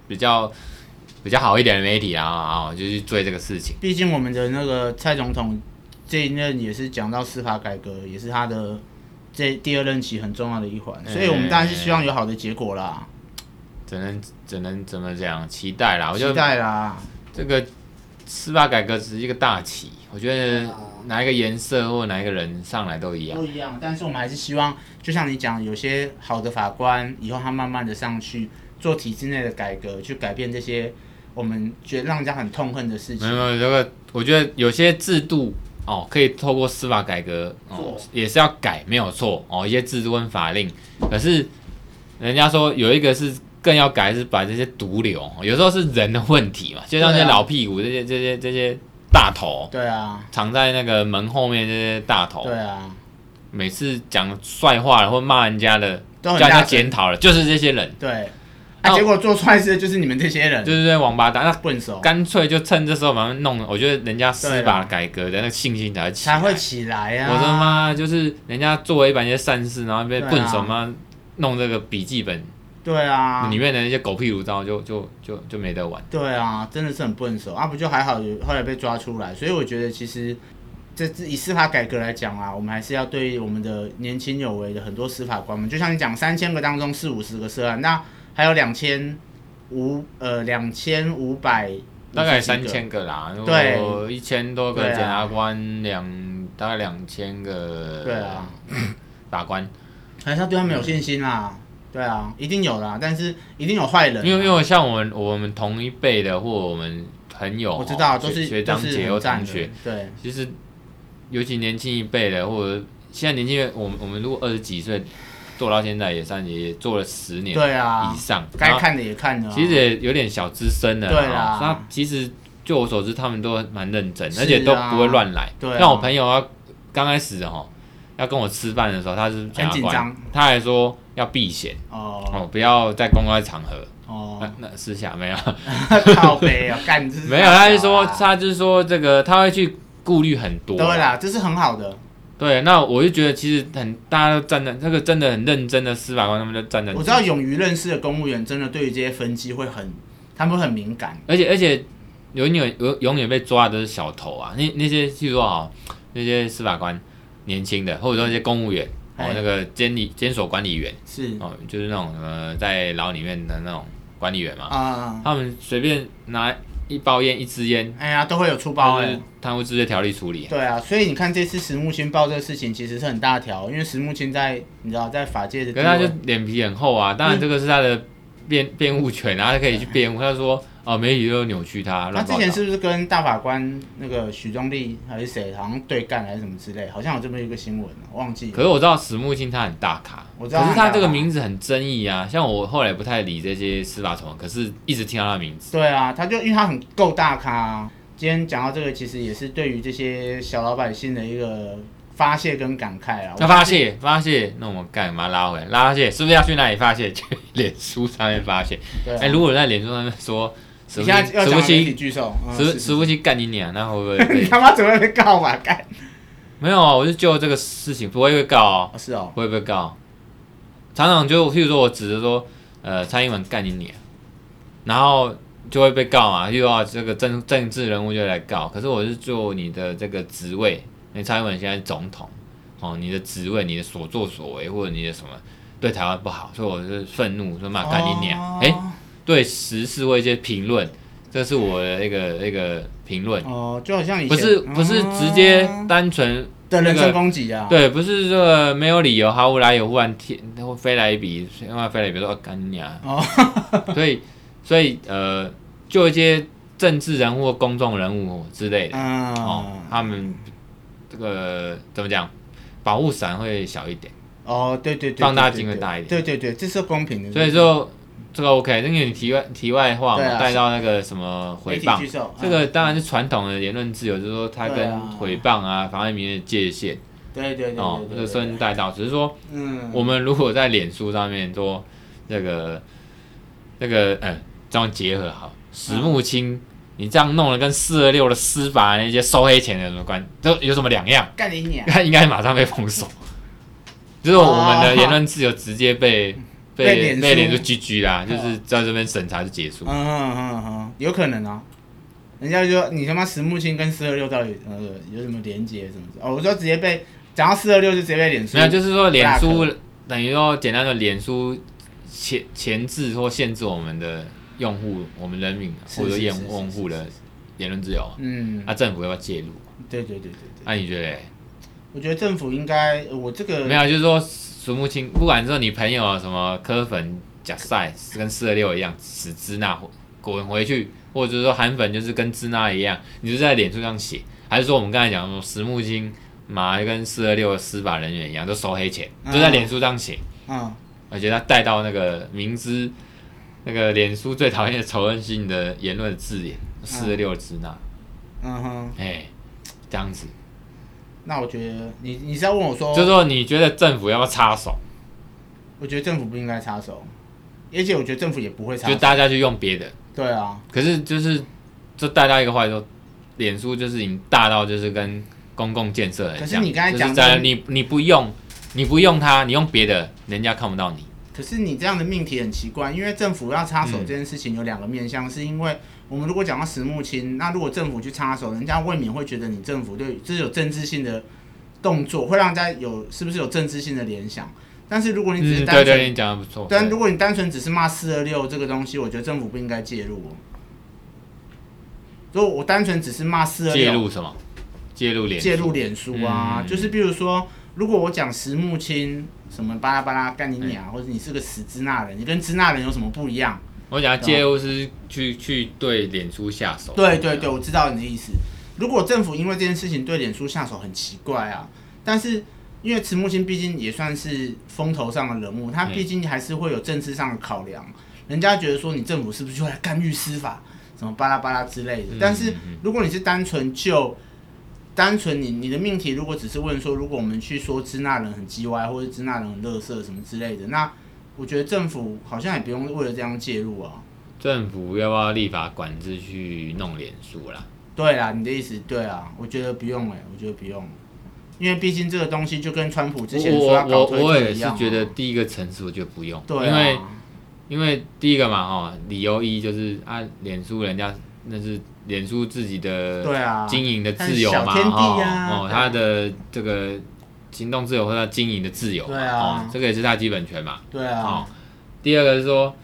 S2: 比较比较好一点的媒体啊啊，就去追这个事情。
S1: 毕竟我们的那个蔡总统这一任也是讲到司法改革，也是他的这第二任期很重要的一
S2: 哎
S1: 环，所以我们当然是希望有好的结果啦，
S2: 只能只能怎么讲，期待啊啦。我就
S1: 期待啦。
S2: 这个司法改革只是一个大旗，我觉得
S1: 啊
S2: 哪一个颜色或哪一个人上来都一样。
S1: 都一样，但是我们还是希望，就像你讲，有些好的法官以后他慢慢的上去做体制内的改革，去改变这些我们觉得让人家很痛恨的事
S2: 没有
S1: 情。
S2: 没有，这个我觉得有些制度哦，可以透过司法改革哦
S1: 做，
S2: 也是要改，没有错哦，一些制度跟法令。可是人家说有一个是更要改，是把这些毒瘤，哦有时候是人的问题嘛，就像这些
S1: 对啊
S2: 老屁股，这些这些这些大头。
S1: 对啊，
S2: 藏在那个门后面这些大头，
S1: 对啊，
S2: 每次讲帅话了或骂人家的，
S1: 都很
S2: 叫人家
S1: 大
S2: 检讨了，就是这些人。
S1: 对，
S2: 那
S1: 啊，
S2: 我
S1: 结果做坏事的就是你们这些人，
S2: 就是这些王八蛋，那
S1: 笨手
S2: 干脆就趁这时候把他们弄了。我觉得人家司法改革的那个信心才会起来
S1: 啊才会起来啊。
S2: 我他妈就是人家做了一把一些善事，然后被
S1: 对啊
S2: 笨手妈弄这个笔记本、
S1: 对啊
S2: 里，面的那些狗屁如糟，就就就就没得玩。
S1: 对啊，真的是很笨手啊，不就还好有后来被抓出来，所以我觉得其实。这以司法改革来讲啊，我们还是要对我们的年轻有为的很多司法官们，就像你讲，三千个当中四五十个涉案，那还有两千五呃两千五百
S2: 大概三，千个啦，如
S1: 对
S2: 果一千多个
S1: 对啊
S2: 检察官，两、大概两千个
S1: 对啊，
S2: 法官。
S1: 还是要对他们有信心啦。对啊，一定有啦，但是一定有坏人啊，
S2: 因为因为像我们我们同一辈的或我们朋友，
S1: 我知道
S2: 哦
S1: 都是
S2: 学学
S1: 都
S2: 长
S1: 是
S2: 姐
S1: 很
S2: 或
S1: 赞
S2: 同
S1: 的
S2: 学，
S1: 对
S2: 其实尤其年轻一辈的，或者现在年轻人，我们我们如果二十几岁做到现在也算也做了十年
S1: 对啊
S2: 以，上，然
S1: 该
S2: 后
S1: 看的也看了啊，
S2: 其实也有点小资深啊哦了啦。
S1: 对
S2: 啦
S1: 啦，
S2: 那其实就我所知，他们都蛮认真，
S1: 是啊
S2: 而且都不会乱来。
S1: 对啊
S2: 像我朋友啊，刚开始哦，要跟我吃饭的时候，他是检察
S1: 很紧
S2: 官
S1: 张，
S2: 他还说要避嫌
S1: 哦
S2: 哦，不要在公开场合。
S1: 哦
S2: 那，那私下 没有，
S1: 靠背啊，干这是
S2: 没有，他是说
S1: 大小啊
S2: 他就是说这个他会去顾虑很多。
S1: 对啦，这是很好的，
S2: 对，那我就觉得其实很大家都站在这个真的很认真的司法官，他们就站在，
S1: 我知道勇于认识的公务员真的对于这些分机会很，他们会很敏感。
S2: 而且而且永远永永远被抓的都是小头啊，那那些据说啊，那些司法官年轻的，或者说那些公务员哦
S1: 哎，
S2: 那个监理监所管理员
S1: 是
S2: 哦，就是那种呃在牢里面的那种管理员嘛，
S1: 啊、
S2: 他们随便拿一包烟一支烟，
S1: 哎呀，都会有出包哎、
S2: 就是贪污治罪条例处理。
S1: 对啊，所以你看这次石木青爆这个事情，其实是很大条，因为石木青在你知道在法界的地
S2: 可是他就
S1: 位，
S2: 脸皮很厚啊，当然这个是他的辩辩护权啊，他可以去辩护。他就说哦，媒体都扭曲他，
S1: 他
S2: 乱
S1: 之
S2: 报道
S1: 前。是不是跟大法官那个许宗力还是谁，好像对干还是什么之类，好像有这么一个新闻，啊忘记
S2: 可
S1: 了。
S2: 是我知道史木清他很大咖，
S1: 我知道他
S2: 可
S1: 很
S2: 是
S1: 大咖
S2: 他这个名字很争议啊。像我后来不太理这些司法虫，可是一直听到他的名字。
S1: 对啊，他就因为他很够大咖、啊。今天讲到这个，其实也是对于这些小老百姓的一个发泄跟感慨啊。
S2: 那发泄发泄，那我们干嘛拉回来？拉泄是不是要去哪里发泄？ 去脸书上面发泄。
S1: 对
S2: 哎、
S1: 啊、
S2: 如果在脸书上面说史
S1: 你
S2: 木
S1: 现在要
S2: 史
S1: 讲媒
S2: 木
S1: 体
S2: 清
S1: 巨兽，嗯
S2: 史
S1: 是
S2: 史木清干你娘，那会不会
S1: 你
S2: 被？
S1: 他妈怎么会被告嘛？干
S2: 没有啊，我就就这个事情不会被告、哦。
S1: 哦是哦，
S2: 会被告。常常就譬如说我指着说，呃，蔡英文干你娘，然后就会被告嘛，又要啊这个政政治人物就来告。可是我是就你的这个职位，因为蔡英文现在是总统，哦，你的职位、你的所作所为或者你的什么对台湾不好，所以我是愤怒，说骂干你娘。哎、
S1: 哦
S2: 对时事或一些评论，这是我的那个那个评论，
S1: 哦，就好像以前
S2: 不是不是直接单纯
S1: 的人
S2: 那
S1: 身
S2: 个
S1: 攻击啊。
S2: 对，不是说没有理由、毫无来由，忽然天忽飞来一笔，忽然飞来一笔说哦干你啊！
S1: 哦
S2: 所以，所以呃，就一些政治人物、或公众人物之类的
S1: 嗯，
S2: 哦，他们这个怎么讲，保护伞会小一点，
S1: 哦，对对对，
S2: 放大
S1: 对
S2: 镜会
S1: 对
S2: 大一点
S1: 对对对，这是公平的。
S2: 所以说这个 OK。因为你题外题外话
S1: 对啊
S2: 嘛，带到那个什么
S1: 媒
S2: 回
S1: 体
S2: 谤
S1: 巨，兽，
S2: 这
S1: 嗯
S2: 个当然是传统的言论自由，就是说它
S1: 对
S2: 跟
S1: 啊
S2: 诽谤啊、妨碍名誉的界限
S1: 对对对
S2: 哦
S1: 对，
S2: 这
S1: 对，对
S2: 个顺带到，只是说。
S1: 嗯，
S2: 我们如果在脸书上面做那个那个嗯，这样结合好，石木青，你这样弄了跟四二六的司法那些收黑钱的有什么关，都有什么两样？
S1: 干你娘！
S2: 他应该马上被封锁， 就是我们的言论自由直接被
S1: 哦被
S2: 被
S1: 脸书哦
S2: 被脸书狙狙啦，就是在这边审查就结束
S1: 嗯。嗯嗯嗯，有可能啊。人家就说你他妈石木青跟四二六到底呃有什么连接什么的？哦，我说直接被讲到四二六就直接被脸书
S2: 没有，就是说脸
S1: 不
S2: 书
S1: 大
S2: 等于说简单的脸书前前置或限制我们的用户、我们人民
S1: 是
S2: 或者
S1: 是
S2: 用
S1: 是是
S2: 用户
S1: 是
S2: 的
S1: 是是
S2: 言论自由啊。
S1: 嗯
S2: 那、，政府要不要介入？
S1: 对对对对对，
S2: 那、你觉得嘞？
S1: 我觉得政府应该呃我这个
S2: 没有，就是说数目清，不管说你朋友啊什么科粉、假赛跟四二六一样，死支那滚回去，或者是说韩粉就是跟支那一样，你就在脸书上写，还是说我们刚才讲说石木清嘛跟四二六的司法人员一样，都收黑钱，
S1: 嗯
S2: 就在脸书上写，
S1: 嗯
S2: 而且他带到那个明知那个脸书最讨厌的仇恨性的言论字眼，四二六支那，
S1: 嗯哼，
S2: 哎、这样子，
S1: 那我觉得你你是要问我说，
S2: 就是说你觉得政府要不要插手？
S1: 我觉得政府不应该插手，而且我觉得政府也不会插
S2: 就
S1: 手。
S2: 大家去用别的。
S1: 对啊，
S2: 可是就是这带到一个坏处，脸书就是已经大到就是跟公共建设很像。
S1: 可是你刚才
S2: 就
S1: 讲
S2: 是
S1: 的
S2: 在你你不用你不用它，你用别的，人家看不到你。
S1: 可是你这样的命题很奇怪，因为政府要插手
S2: 嗯
S1: 这件事情有两个面向，是因为我们如果讲到石木青，那如果政府去插手，人家未免会觉得你政府对这是有政治性的动作，会让大家有是不是有政治性的联想？但是如果你只是
S2: 嗯，
S1: 单
S2: 对
S1: 纯，
S2: 对，你讲的不错。
S1: 但
S2: 对
S1: 如果你单纯只是骂四二六这个东西，我觉得政府不应该介入哦。如果我单纯只是骂四二
S2: 介
S1: 六，
S2: 入什么？介入脸
S1: 介入脸书啊，
S2: 嗯
S1: 就是比如说，如果我讲石木青什么巴拉巴拉干你娘，或者你是个死支那人，你跟支那人有什么不一样？
S2: 我讲的介入是去去对脸书下手。
S1: 对对对，我知道你的意思。如果政府因为这件事情对脸书下手，很奇怪啊。但是因为池木青毕竟也算是风头上的人物，他
S2: 嗯
S1: 毕竟还是会有政治上的考量，人家觉得说你政府是不是就来干预司法，什么巴拉巴拉之类的。
S2: 嗯
S1: 但是
S2: 嗯嗯
S1: 如果你是单纯就单纯你你的命题，如果只是问说，如果我们去说支那人很叽歪，或者支那人很乐色什么之类的，那我觉得政府好像也不用为了这样介入啊。
S2: 政府要不要立法管制去弄脸书啦？
S1: 对啦，你的意思对啊，我觉得不用哎、我觉得不用，因为毕竟这个东西就跟川普之
S2: 我
S1: 前说要搞
S2: 我
S1: 推
S2: 我我
S1: 特
S2: 也
S1: 一
S2: 是
S1: 样、啊，
S2: 觉得第一个层次我觉得不用，
S1: 对、啊，
S2: 因为因为第一个嘛，哦，理由一就是啊，脸书人家那是脸书自己的
S1: 对啊，
S2: 经营的自由
S1: 它
S2: 嘛，
S1: 是小天地啊
S2: 哦，哦，
S1: 对
S2: 他的这个行动自由或者经营的自由嘛，
S1: 对啊
S2: 哦，这个也是他基本权嘛，
S1: 对
S2: 哦
S1: 啊，。
S2: 第二个是说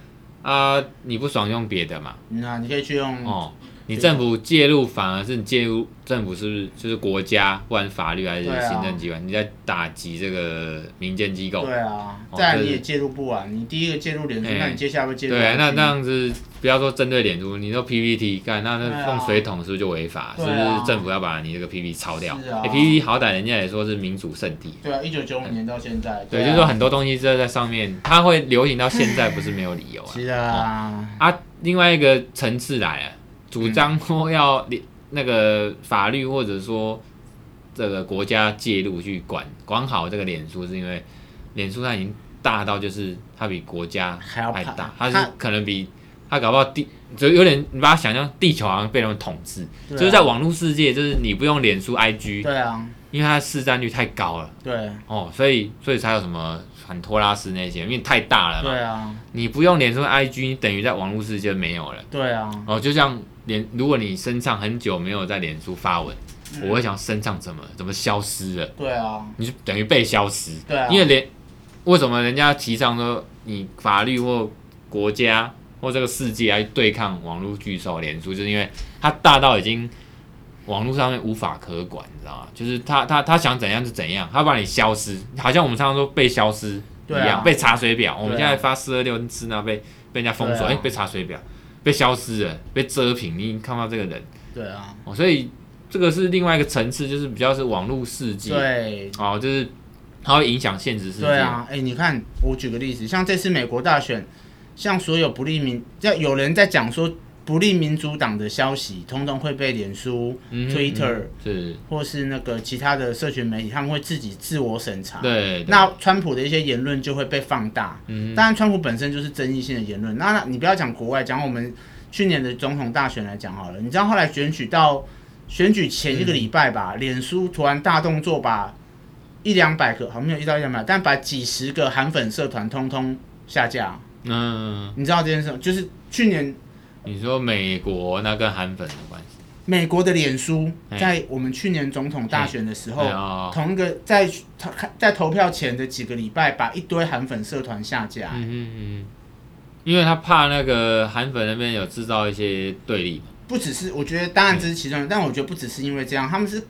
S2: 啊，你不爽用别的嘛，
S1: 嗯啊，你可以去用
S2: 哦，你政府介入反而是你介入政府是不是就是国家，不管是法律还是
S1: 对啊
S2: 行政机关，你在打击这个民间机构。
S1: 对啊，
S2: 哦
S1: 再来
S2: 这
S1: 你
S2: 是
S1: 也介入不完，你第一个介入脸书，
S2: 哎
S1: 那你接下来会介入
S2: 对，那
S1: IG
S2: 那样子不要说针对脸书，你说 PPT 干，那
S1: 对
S2: 那
S1: 啊
S2: 放水桶是不是就违法？是
S1: 对
S2: 不
S1: 啊
S2: 是政府要把你这个 PPT 抄掉？
S1: 是啊
S2: p p t 好歹人家也说是民主圣地，
S1: 对啊，一九九五年到现在，
S2: 对，
S1: 啊
S2: 就是说很多东西这在上面，它会流行到现在，不是没有理由啊。
S1: 是啊，
S2: 啊，另外一个层次来了，啊主张说要连那个法律或者说这个国家介入去管管好这个脸书，是因为脸书它已经大到就是它比国家
S1: 还要
S2: 还
S1: 怕
S2: 大，它
S1: 它
S2: 是可能比它搞不好地就有点你把它想象地球好像被他们统治，
S1: 对啊
S2: 就是在网络世界，就是你不用脸书 IG，
S1: 对啊，
S2: 因为它的市占率太高了
S1: 对
S2: 哦，所以所以才有什么反托拉斯那些，因为太大了嘛，
S1: 对啊，
S2: 你不用脸书 IG，你等于在网络世界没有了。
S1: 对啊，
S2: 哦，就像脸，如果你身上很久没有在脸书发文，
S1: 嗯
S2: 我会想身上怎么怎么消失了，
S1: 对啊，
S2: 你就等于被消失。
S1: 对啊
S2: 因为连为什么人家提倡说你法律或国家或这个世界来对抗网络巨兽脸书，就是因为它大到已经网络上面无法可管，你知道吗？就是他他他想怎样就怎样，他把你消失，好像我们常常说被消失一
S1: 对啊
S2: 样，被查水表。我们
S1: 对啊
S2: 现在发四二六次呢，被被人家封锁，
S1: 对啊
S2: 哎、被查水表，被消失了，被遮屏，你已经看不到这个人
S1: 对啊，
S2: 哦，所以这个是另外一个层次，就是比较是网络世界。
S1: 对
S2: 哦，就是它会影响现实世界。
S1: 对啊，哎，你看，我举个例子，像这次美国大选，像所有不利民，要有人在讲说不利民主党的消息，通通会被脸书、
S2: 嗯
S1: Twitter
S2: 是，
S1: 或是那个其他的社群媒体，他们会自己自我审查。
S2: 对，对
S1: 啊那川普的一些言论就会被放大。
S2: 嗯
S1: 当然，川普本身就是争议性的言论。那那你不要讲国外，讲我们去年的总统大选来讲好了。你知道后来选举到选举前一个礼拜
S2: 嗯
S1: 吧，脸、书突然大动作把一两百个，好像没有一到一两百，但把几十个韩粉社团通通下架。
S2: 嗯，
S1: 你知道这件事吗？就是去年
S2: 你说美国那跟韩粉的关系，
S1: 美国的脸书
S2: 哎
S1: 在我们去年总统大选的时候
S2: 哎哦，
S1: 同一个在在投票前的几个礼拜，把一堆韩粉社团下架。
S2: 嗯嗯嗯，因为他怕那个韩粉那边有制造一些对立嘛，
S1: 不只是我觉得，
S2: 嗯
S1: 当然这是其中一个，但我觉得不只是因为这样，他们是，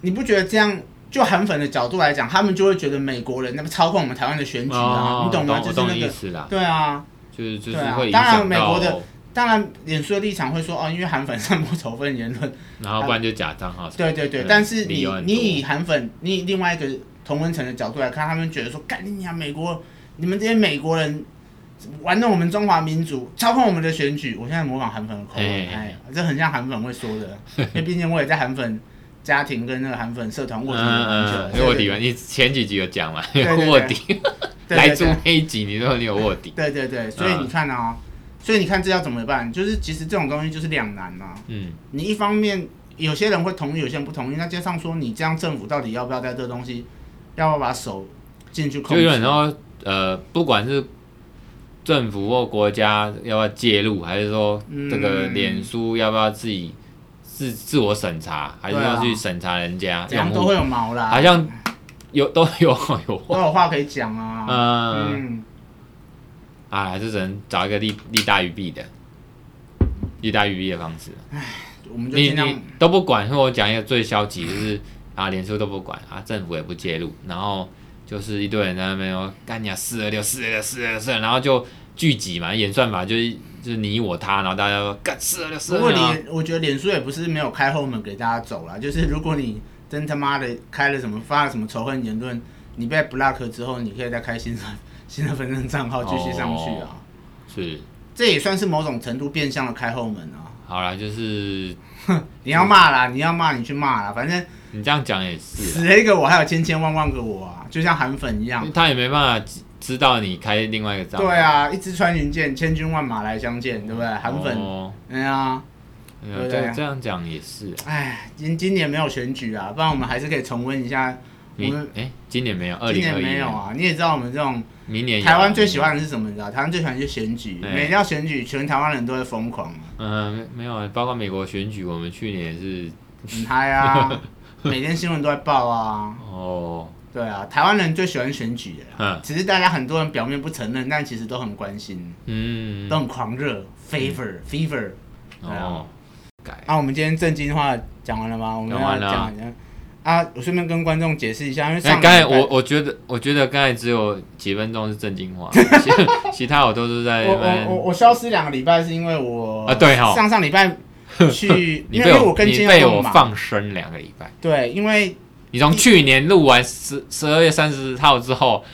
S1: 你不觉得这样？就韩粉的角度来讲，他们就会觉得美国人那么操控我们台湾的选举啊，
S2: 哦
S1: 你懂吗？
S2: 我
S1: 就是
S2: 懂
S1: 那
S2: 意
S1: 个，
S2: 思啦，
S1: 对啊。
S2: 就是就是
S1: 对啊
S2: 会影
S1: 当然
S2: 响
S1: 美国
S2: 到，
S1: 的当然，脸书的立场会说哦，因为韩粉散播仇恨言论，
S2: 然后不然就假账号什么，
S1: 对对对。
S2: 嗯
S1: 但是
S2: 理
S1: 你
S2: 由很
S1: 你
S2: 多
S1: 以韩粉，你以另外一个同温层的角度来看，他们觉得说，干你娘，美国，你们这些美国人玩弄我们中华民族，操控我们的选举。我现在模仿韩粉的口
S2: 哎
S1: 吻，哎，这很像韩粉会说 的，因为毕竟我也在韩粉家庭跟那个韩粉社团卧底了很久
S2: 嗯，嗯，
S1: 对
S2: 有卧底嘛？你前几集有讲嘛？有
S1: 对对
S2: 卧底，
S1: 对
S2: 来
S1: 对
S2: 猪
S1: 对
S2: 那一集你说你有卧底，
S1: 对对对，所以你看啊、所以你看这要怎么办？就是其实这种东西就是两难啊嘛、
S2: 嗯，
S1: 你一方面有些人会同意，有些人不同意，那加上说你这样政府到底要不要在这东西，要不要把手进去控
S2: 就
S1: 制？
S2: 有点说，呃，不管是政府或国家要不要介入，还是说
S1: 嗯
S2: 这个脸书要不要自己自自我审查，还是
S1: 对啊
S2: 要去审查人家
S1: 怎
S2: 用
S1: 样都
S2: 户，
S1: 会有毛啦，
S2: 好像有 都有有
S1: 都
S2: 货，
S1: 有话可以讲啊。
S2: 嗯，
S1: 嗯，
S2: 啊，还是只能找一个利利大于弊的，利大于弊的方式。
S1: 我们就
S2: 你
S1: 尽量
S2: 你都不管，或我讲一个最消极，就是啊，脸书都不管啊，政府也不介入，然后就是一堆人在那边说干你啊，四二六四二六四二六，然后就聚集嘛，演算法就是就是你我他，然后大家说干四二六啊
S1: 不
S2: 四二
S1: 过
S2: 六，
S1: 脸，我觉得脸书也不是没有开后门给大家走啦，就是如果你真他妈的开了什么发了什么仇恨言论，你被 block 之后，你可以再开新的 新的粉丝账号继续上去
S2: 哦
S1: 啊。
S2: 是
S1: 这也算是某种程度变相的开后门啊！
S2: 好啦，就是
S1: 你要骂啦，你要骂你去骂啦，反正
S2: 你这样讲也是
S1: 死了一个我，还有千千万万个我啊，就像韩粉一
S2: 啊，因
S1: 样
S2: 为。他也没办法知知道你开另外一个账号，
S1: 对啊，一支穿云箭，千军万马来相见，对不对？韩粉，
S2: 哦
S1: 哎呀，
S2: 哎
S1: 对不
S2: 呀，这
S1: 对
S2: 样这样讲也是啊，
S1: 哎，今今年没有选举啊，不然我们还是可以重温一下。我
S2: 你
S1: 们
S2: 哎，今年没有，二
S1: 今
S2: 零二
S1: 年
S2: 一
S1: 没有，啊，你也知道我们这种
S2: 明年有啊
S1: 台湾最喜欢的是什么？你知道？台湾最喜欢就是选举，
S2: 对
S1: 每到选举，全台湾人都会疯狂，
S2: 嗯，没没有啊，包括美国选举，我们去年也是
S1: 很嗨啊，每天新闻都在报啊。
S2: 哦，
S1: 对啊，台湾人最喜欢选举了啦
S2: 嗯，
S1: 只是大家很多人表面不承认，但其实都很关心，
S2: 嗯
S1: 都，很狂热，fever fever。对啊
S2: 哦，改。
S1: 啊，我们今天正经话讲完了吗？我们
S2: 讲
S1: 要
S2: 完了啊
S1: 讲啊，我顺便跟观众解释一下，因为
S2: 那
S1: 上
S2: 刚才
S1: 礼拜
S2: 我我觉得，我觉得刚才只有几分钟是正经话， 其其他我都是在
S1: 我我
S2: 那
S1: 我
S2: 边
S1: 我消失两个礼拜是因为我
S2: 哎啊对吼，
S1: 上上礼拜去
S2: 你
S1: 因为
S2: 被
S1: 因为我跟
S2: 你
S1: 金
S2: 被
S1: 佑都
S2: 我
S1: 忙，
S2: 放生两个礼拜。
S1: 对，因为
S2: 你从去年录完十十二月三十号之后，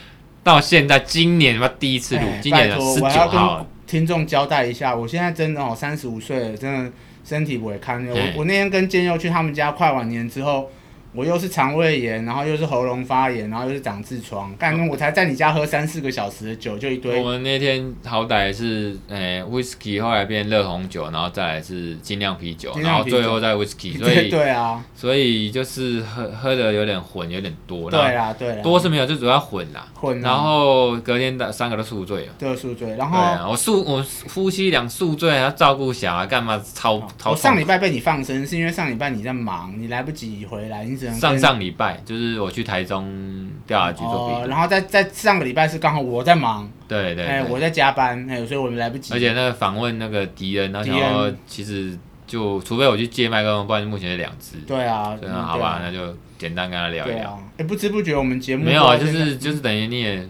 S2: 到现在今年他妈第一次录
S1: 哎，
S2: 今年
S1: 拜托
S2: 十
S1: 我
S2: 九
S1: 还要
S2: 号
S1: 跟，听众交代一下，我现在真的哦三十五岁了，真的身体不会堪忧。
S2: 哎
S1: 我我那天跟建佑去他们家快晚年之后。我又是肠胃炎，然后又是喉咙发炎，然后又是长痔疮。
S2: 哦
S1: 干，我才在你家喝三四个小时的酒，就一堆
S2: 我们那天好歹是诶、whisky，后来变热红酒，然后再来是精酿啤酒，
S1: 精
S2: 然
S1: 酿
S2: 后
S1: 啤
S2: 最
S1: 酒
S2: 后再 whisky，所
S1: 对
S2: 以
S1: 对啊，
S2: 所以就是喝喝的有点混，有点多，
S1: 对
S2: 那
S1: 啦对啦，
S2: 多是没有，就主要混啦。
S1: 混
S2: 然
S1: 啊
S2: 后隔天的三个都宿醉了。
S1: 对宿醉，然
S2: 对
S1: 后
S2: 啊，我宿我夫妻俩宿醉，还要照顾小孩，干嘛超超
S1: 我哦上
S2: 痛
S1: 礼拜被你放生，是因为上礼拜你在忙，你来不及回来，你只能跟
S2: 上上礼拜就是我去台中调查局做笔
S1: 哦，
S2: 录，
S1: 然后在在上个礼拜是刚好我在忙，
S2: 对对
S1: 哎，
S2: 对，
S1: 我在加班，哎，所以我们来不及。
S2: 而且那个访问那个敌人，然后
S1: 敌
S2: 想
S1: 人
S2: 说其实就除非我去借麦克风，不然目前是两只。
S1: 对啊，
S2: 对
S1: 嗯
S2: 啊，好吧，那就简单跟他聊一
S1: 对
S2: 聊。
S1: 啊，哎，不知不觉我们节目
S2: 没有啊，
S1: 到
S2: 就
S1: 现在
S2: 是就是等于你也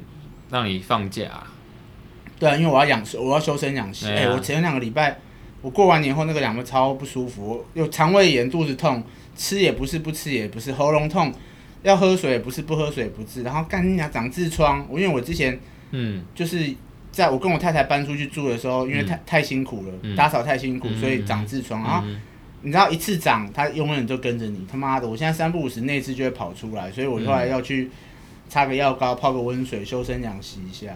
S2: 让你放假啊，
S1: 对啊，因为我要养我要修身养息，
S2: 对啊
S1: 哎，我前两个礼拜我过完年后那个两个超不舒服，有肠胃炎、肚子痛，吃也不是，不吃也不是，喉咙痛。要喝水也不是不喝水也不治，然后干你娘长痔疮，我因为我之前
S2: 嗯，
S1: 就是在我跟我太太搬出去住的时候，因为太、太辛苦了，
S2: 嗯
S1: 打扫太辛苦，
S2: 嗯
S1: 所以长痔疮。然后
S2: 嗯
S1: 你知道一次长，它永远就跟着你。他妈的，我现在三不五时那次就会跑出来，所以我后来要去擦个药膏，泡个温水，修身养息一下。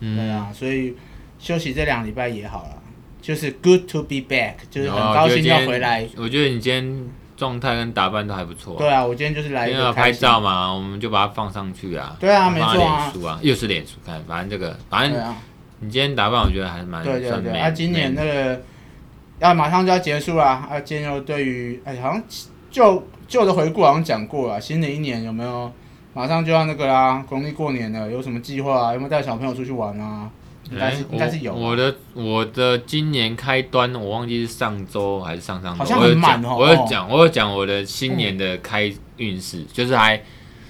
S1: 对
S2: 嗯，
S1: 啊，所以休息这两礼拜也好了，就是 good to be back，就是很
S2: 然后我
S1: 高
S2: 觉得
S1: 兴
S2: 哦今
S1: 要
S2: 天
S1: 回来。。
S2: 我觉得你今天状态跟打扮都还不错啊，
S1: 对啊，我今天就是来一
S2: 因为要
S1: 个
S2: 拍
S1: 开心
S2: 照。嘛，我们就把它放上去啊。
S1: 对啊
S2: 放到
S1: 没错啊
S2: 脸书啊，又是脸书，看，反正这个，反
S1: 对
S2: 正
S1: 啊，
S2: 你今天打扮，我觉得还蛮
S1: 对对
S2: 算
S1: 对，
S2: 美。
S1: 啊，今年
S2: 美
S1: 那个要马上就要结束了，啊，今年又对于哎，好像旧旧的回顾好像讲过了，新的一年有没有马上就要那个啦，公历过年了，有什么计划啊？有没有带小朋友出去玩啊？应该是
S2: 哎
S1: 应该是有，啊
S2: 我我的我的今年开端，我忘记是上周还是上上周，
S1: 好像
S2: 我有
S1: 很满
S2: 讲
S1: 哦
S2: 我有
S1: 哦嗯
S2: 讲，我有讲我的新年的开运势，就是还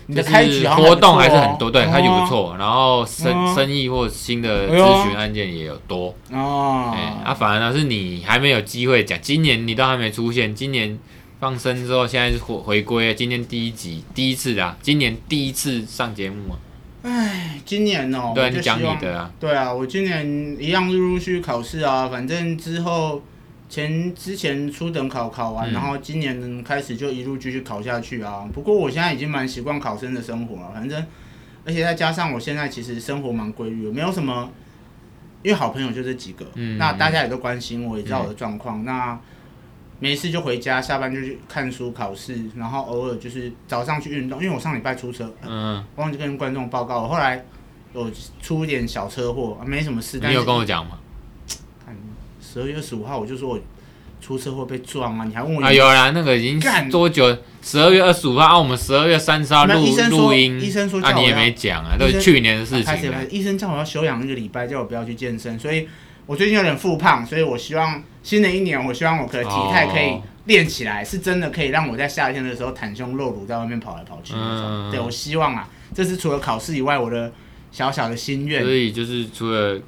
S1: 你
S2: 就
S1: 的开局
S2: 是
S1: 好像不
S2: 活
S1: 错
S2: 动还是
S1: 哦
S2: 很多，对，开局不。错。然后生
S1: 嗯
S2: 生意或新的
S1: 哎呦
S2: 咨询案件也有多，
S1: 哦哦，
S2: 哎，啊，反而呢是你还没有机会讲，今年你都还没出现，今年。放生之后，现在是回回归，今天第一集，第一次啊，今年第一次上节目啊，
S1: 哎今年哦，
S2: 对啊，
S1: 我就
S2: 你讲
S1: 希
S2: 你
S1: 望
S2: 的啊，
S1: 对啊，我今年一样陆陆续续考试啊，反正之后前之前初等考考完，
S2: 嗯
S1: 然后今年开始就一路继续考下去啊。不过我现在已经蛮习惯考生的生活了，啊反正而且再加上我现在其实生活蛮规律的，没有什么，因为好朋友就这几个，
S2: 嗯
S1: 那大家也都关心我，也知道我的状况，那。没事就回家，下班就去看书、考试，然后偶尔就是早上去运动，因为我上礼拜出车，
S2: 嗯，
S1: 忘记跟观众报告，我后来有出一点小车祸，啊没什么事。但
S2: 你
S1: 是
S2: 有跟我讲吗？
S1: 十二月十五号我就说我出车祸被撞啊，你还问我
S2: 啊，有啦，那个已经
S1: 干
S2: 多久？十二月二十五号，啊，我们十二月三十号
S1: 没有
S2: 录
S1: 医生说
S2: 录音，
S1: 医生说叫
S2: 啊，
S1: 我
S2: 你也
S1: 要
S2: 没讲啊，
S1: 医
S2: 都是
S1: 生
S2: 去年的事
S1: 开始
S2: 情了
S1: 有。医生叫我要休养一个礼拜，叫我不要去健身，所以我最近有点复胖，所以我希望新的一年，我希望我可以体态可以
S2: 哦
S1: 练起来，是真的可以让我在夏天的时候袒胸露乳在外面跑来跑去那种。
S2: 嗯
S1: 对我希望啊，这是除了考试以外我的小小的心
S2: 所
S1: 愿，
S2: 以就是除了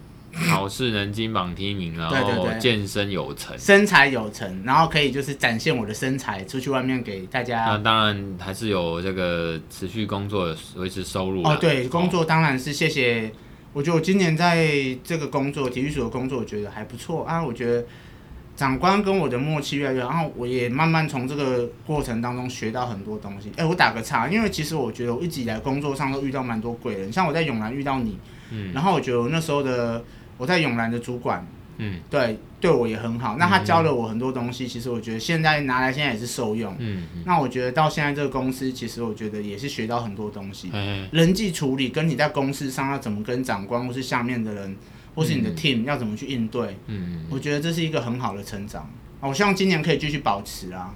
S2: 考试能金榜题名，然
S1: 对对
S2: 后
S1: 对
S2: 健身有成，
S1: 身材有成，然后可以就是展现我的身材，出去外面给大家。
S2: 那当然还是有这个持续工作维持收入啦
S1: 哦，对，工作当然是谢谢。我觉得我今年在这个工作，体育署的工作，我觉得还不错啊。我觉得长官跟我的默契越来越好，然后我也慢慢从这个过程当中学到很多东西。哎，我打个岔，因为其实我觉得我一直以来工作上都遇到蛮多贵人，像我在永兰遇到你，
S2: 嗯
S1: 然后我觉得我那时候的我在永兰的主管，
S2: 嗯
S1: 对对我也很好，那他教了我很多东西，其实我觉得现在拿来现在也是受用。
S2: 嗯
S1: 那我觉得到现在这个公司，其实我觉得也是学到很多东西
S2: 嗯，。哎
S1: 人际处理跟你在公司上要怎么跟长官或是下面的人，或是你的 team 要怎么去应对，
S2: 嗯，
S1: 我觉得这是一个很好的成长啊。我希望今年可以继续保持啊，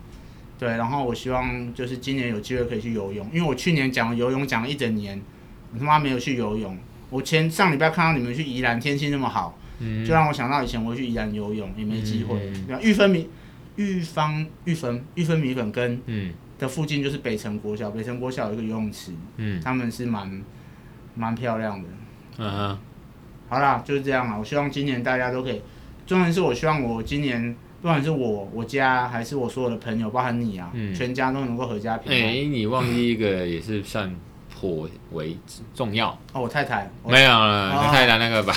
S1: 对，然后我希望就是今年有机会可以去游泳，因为我去年讲游泳讲了一整年，我他妈没有去游泳。我前上礼拜看到你们去宜兰，天气那么好，就让我想到以前我去宜兰游泳也没机会
S2: 嗯，
S1: 对吧？玉芬明。玉芳、玉芬、玉芬米粉跟
S2: 嗯
S1: 的附近就是北城国小，北城国小有一个游泳池，
S2: 嗯
S1: 他们是蛮蛮漂亮的。
S2: 嗯哼，
S1: 好啦，就是这样啦。我希望今年大家都可以，重点是我希望我今年，不管是我我家还是我所有的朋友，包含你啊，
S2: 嗯
S1: 全家都能够合家平
S2: 哎、
S1: 安。
S2: 你忘记一个也是算颇为重要，
S1: 哦，我太太，我
S2: 没有了，
S1: 哦
S2: 太太那个把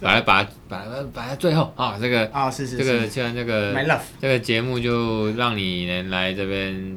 S2: 把它把它把它把它最后啊，这个
S1: 啊，是是
S2: 这
S1: 是、
S2: 个哎像这个
S1: m y love，
S2: 这个节目就让你能来这边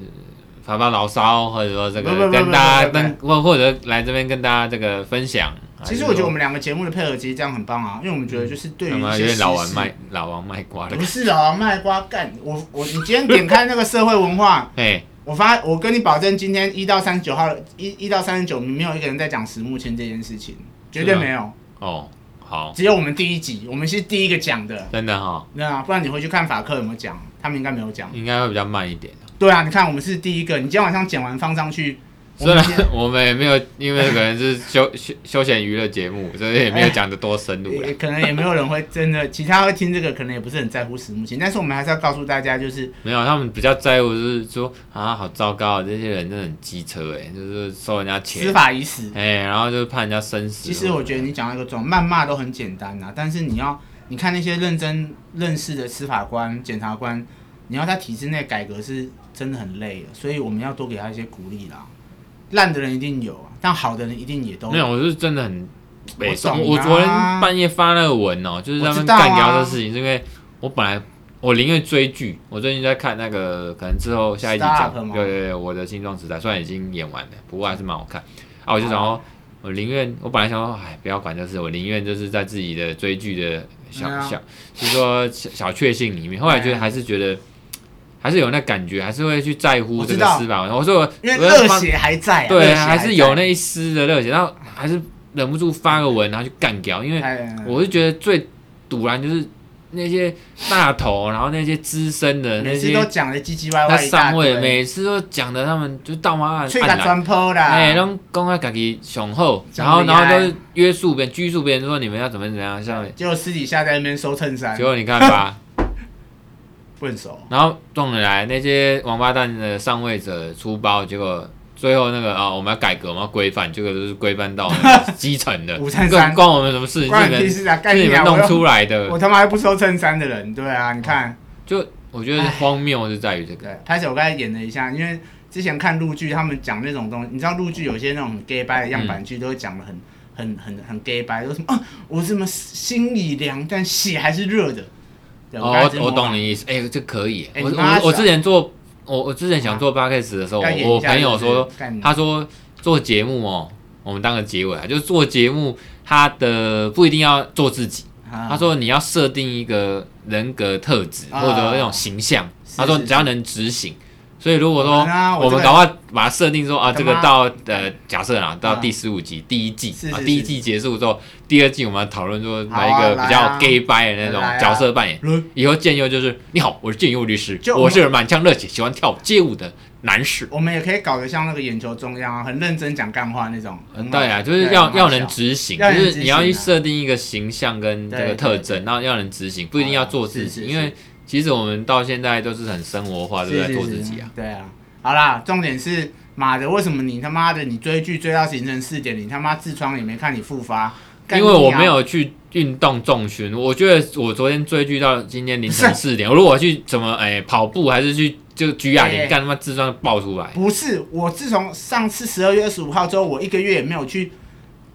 S2: 发发牢骚，或者说这
S1: 不不不
S2: 个
S1: 不
S2: 跟大家
S1: 不不
S2: 跟或或者来这边跟大家这个分享。
S1: 其
S2: 还是
S1: 实我觉得我们两个节目的配合其实这样很棒啊，因为我们觉得就是对于
S2: 他
S1: 一
S2: 妈
S1: 些
S2: 嗯有点老王
S1: 时事
S2: 卖老王卖瓜的
S1: 不，是啊，卖瓜干我我你今天点开那个社会文化，
S2: 哎，
S1: 我发我跟你保证，今天一到三十九号一一到三十九，没有一个人在讲石木谦这件事情，绝对
S2: 是吗
S1: 没有，
S2: 哦，好，
S1: 只有我们第一集，我们是第一个讲的。
S2: 真的哈，
S1: 那、啊、不然你回去看法克有没有讲，他们应该没有讲。
S2: 应该会比较慢一点。
S1: 对啊，你看我们是第一个，你今天晚上剪完放上去，我们
S2: 虽然
S1: 今天
S2: 我们也没有，因为可能是休休休闲娱乐节目，所以也没有讲的多深入了
S1: 也。可能也没有人会真的，其他会听这个可能也不是很在乎石木谦，但是我们还是要告诉大家，就是
S2: 没有，他们比较在乎就是说啊，好糟糕，这些人真的很机车哎，就是收人家
S1: 司
S2: 钱，
S1: 法已死，
S2: 哎，然后就是判人家生死。
S1: 其实我觉得你讲到一个重，谩骂都很简单呐、但是你要你看那些认真认识的司法官、检察官，你要在体制内改革是真的很累的，所以我们要多给他一些鼓励啦。烂的人一定有啊，但好的人一定也都
S2: 没有，我是真的很
S1: 我
S2: 北宋。
S1: 懂
S2: 我
S1: 啊
S2: 昨天半夜发那个文哦，就是他
S1: 我
S2: 们
S1: 知道啊
S2: 干掉的事情，是因为我本来我宁愿追剧，我最近在看那个，可能之后下一集
S1: Stop
S2: 讲，
S1: 吗
S2: 对对对，我的新装时代虽然已经演完了，不过还是蛮好看
S1: 哦
S2: 啊。我就想说，我宁愿我本来想说，哎，不要管这事，我宁愿就是在自己的追剧的小、
S1: 嗯啊
S2: 小，就是说小小确幸里面，后
S1: 啊
S2: 来觉得还是觉得。还是有那感觉，还是会去在乎
S1: 我
S2: 这
S1: 知
S2: 个
S1: 道
S2: 司法文化。我说我，
S1: 因为
S2: 我要
S1: 热
S2: 帮
S1: 血还在、啊，热
S2: 对，
S1: 血
S2: 还
S1: 在
S2: 是有那一丝的热血，然后还是忍不住发个文，然后去干掉。因为
S1: 哎
S2: 我是觉得最堵然就是那些大头，然后那些资深的那
S1: 每次都
S2: 些
S1: 讲的唧唧歪
S2: 他
S1: 歪一大
S2: 上位，
S1: 堆，
S2: 每次都讲的他们就到妈
S1: 去
S2: 暗
S1: 他
S2: 暗
S1: 专坡啦，
S2: 哎，拢公开自己雄厚，然后
S1: 讲得厉
S2: 然后
S1: 害
S2: 都是约束别人、拘束别人，说你们要怎么怎样，像
S1: 结果私底下在那边收衬衫
S2: 结，果你看吧，
S1: 笨手。
S2: 然后撞了来那些王八蛋的上位者出包，结果最后那个啊、我们要改革，我们要规范，结果就是规范到那个基层 的，
S1: 五三
S2: 更
S1: 三
S2: 关我们什么事？是
S1: 关
S2: 你
S1: 你屁
S2: 们
S1: 事啊！
S2: 是
S1: 干
S2: 你
S1: 你
S2: 们
S1: 啊！
S2: 弄
S1: 我
S2: 出来
S1: 又我
S2: 的，
S1: 他妈还不收衬衫的人，对啊，你看。
S2: 就我觉得荒谬就在于 这个，
S1: 对，拍手我刚才演了一下，因为之前看陆剧，他们讲那种东西，你知道陆剧有些那种很 gay 掰的样
S2: 嗯
S1: 板剧，都会讲的很、很很很 gay 掰，都什么啊，我怎么心已凉，但血还是热的。对我刚才
S2: 哦
S1: 只，是
S2: 我我
S1: 模
S2: 懂
S1: 仿。
S2: 你意思，哎、这可以，
S1: 哎
S2: 我
S1: 你妈
S2: 我我
S1: 是啊
S2: 之前做，我我之前想做 p o d c a s 的时候，
S1: 要演一下
S2: 我我朋友
S1: 是
S2: 说
S1: 不，是，干你
S2: 他说做节目哦，我们当个结尾啊，就是做节目，他的不一定要做自己。
S1: 啊
S2: 他说你要设定一个人格特质、
S1: 啊
S2: 或者那种形象，
S1: 是
S2: 他说
S1: 是
S2: 只要能执行。所以如果说
S1: 可能啊我
S2: 我
S1: 这
S2: 们
S1: 个
S2: 搞快把它设定说啊，
S1: 他
S2: 这个
S1: 妈
S2: 到呃假设啊，到
S1: 嗯
S2: 第十五集第一季
S1: 是
S2: 啊，
S1: 是
S2: 第一
S1: 是
S2: 季结束之后，第二季我们要讨论说
S1: 好啊
S2: 来一个比
S1: 来
S2: 较
S1: 啊
S2: gay 掰的那种
S1: 来啊
S2: 角色扮演。
S1: 轮
S2: 以后建佑就是你好，我是建佑律师
S1: 就，我
S2: 我是满腔热血喜欢跳舞街舞的男士。
S1: 我们也可以搞得像那个眼球中央啊，很认真讲干话那种。
S2: 呃
S1: 很好
S2: 对啊，就是
S1: 对
S2: 要
S1: 很好
S2: 要
S1: 笑
S2: 能执行，
S1: 要
S2: 就
S1: 能
S2: 是
S1: 执
S2: 你要去
S1: 行啊
S2: 设定一个形象跟这
S1: 对
S2: 个
S1: 对
S2: 特
S1: 对哦
S2: 征，然后要能执行，不一定要做自
S1: 是
S2: 己，
S1: 是
S2: 因为
S1: 是
S2: 其实我们到现在都是很生活化，对不
S1: 是
S2: 对？
S1: 是
S2: 做自
S1: 是
S2: 己啊，
S1: 对啊，好啦，重点是妈的，为什么你他妈的你追剧追到凌晨四点，你他妈痔疮也没看你复发？干
S2: 因为我
S1: 你啊
S2: 没有去运动重训，我觉得我昨天追剧到今天凌晨 四点，如果我去怎么哎跑步还是去就举哑铃，
S1: 对
S2: 干他妈痔疮爆出来，
S1: 不是，我自从上次十二月二十五号之后，我一个月也没有去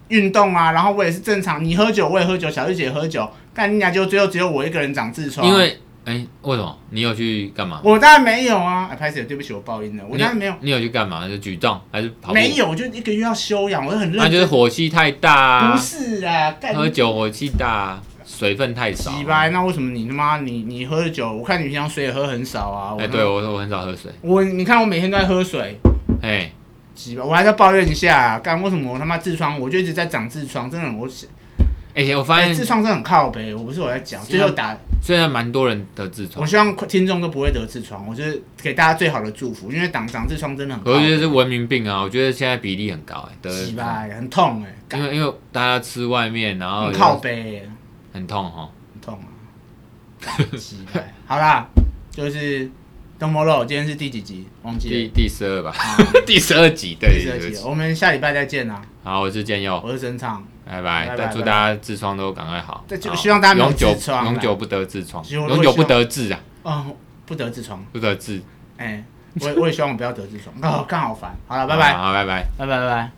S1: 运动啊，然后我也是正常，你喝酒我也喝酒，小玉姐也喝酒，干你俩就最后只有我一个人长痔疮。
S2: 因为哎为什么你有去干嘛？
S1: 啊我当然没有啊，哎，拍姐，对不起，我报应了，我
S2: 你
S1: 当然没有，
S2: 你有去干嘛？就举重还是跑步？
S1: 没有，我就一个月要休养，我很认
S2: 那就
S1: 真。
S2: 是火气太大
S1: 不
S2: 啊，
S1: 是啊，干
S2: 喝酒火气大啊，水分太少啊。
S1: 鸡掰，那为什么你他妈你你喝酒？我看你平常水也喝很少啊。我
S2: 哎，对我我很少喝水，
S1: 我你看我每天都在喝水，
S2: 哎，
S1: 鸡巴，我还在抱怨一下、啊，干为什么我他妈痔疮，我就一直在长痔疮，真的我
S2: 而且我发
S1: 哎，
S2: 现
S1: 痔疮真的很靠北，我不是我在讲，最后打，
S2: 虽然蛮多人得痔
S1: 我
S2: 疮，
S1: 希望听众都不会得痔疮，我就是给大家最好的祝福，因为长长痔疮真的很靠
S2: 我觉
S1: 北，
S2: 得是文明病啊，我觉得现在比例很高哎，得
S1: 洗
S2: 痔
S1: 吧，很痛哎、
S2: 疮因为因为大家吃外面，然后
S1: 很靠北、
S2: 很痛哈。哦
S1: 很痛啊，洗吧，好啦，就是《东摩洛》，今天是第几集？忘记
S2: 第
S1: 了。
S2: 第十 二吧，
S1: 啊
S2: 第十二集，对，
S1: 第十二集哦
S2: 对不
S1: 了，
S2: 起
S1: 我们下礼拜再见啦！
S2: 好，我是建佑，
S1: 我是真唱，
S2: 拜
S1: 拜
S2: 拜，
S1: 拜
S2: 再祝大家痔疮都赶快好
S1: 对，就
S2: 好
S1: 希望大家没有
S2: 永久
S1: 痔疮啦
S2: 永久不得痔疮，
S1: 希望
S2: 永久不得痔啊，
S1: 哦，不得痔疮，
S2: 不得痔，
S1: 哎、我也我也希望我不要得痔疮，哦，看好烦。好了，拜拜，
S2: 好，拜拜。
S1: 拜拜，拜拜。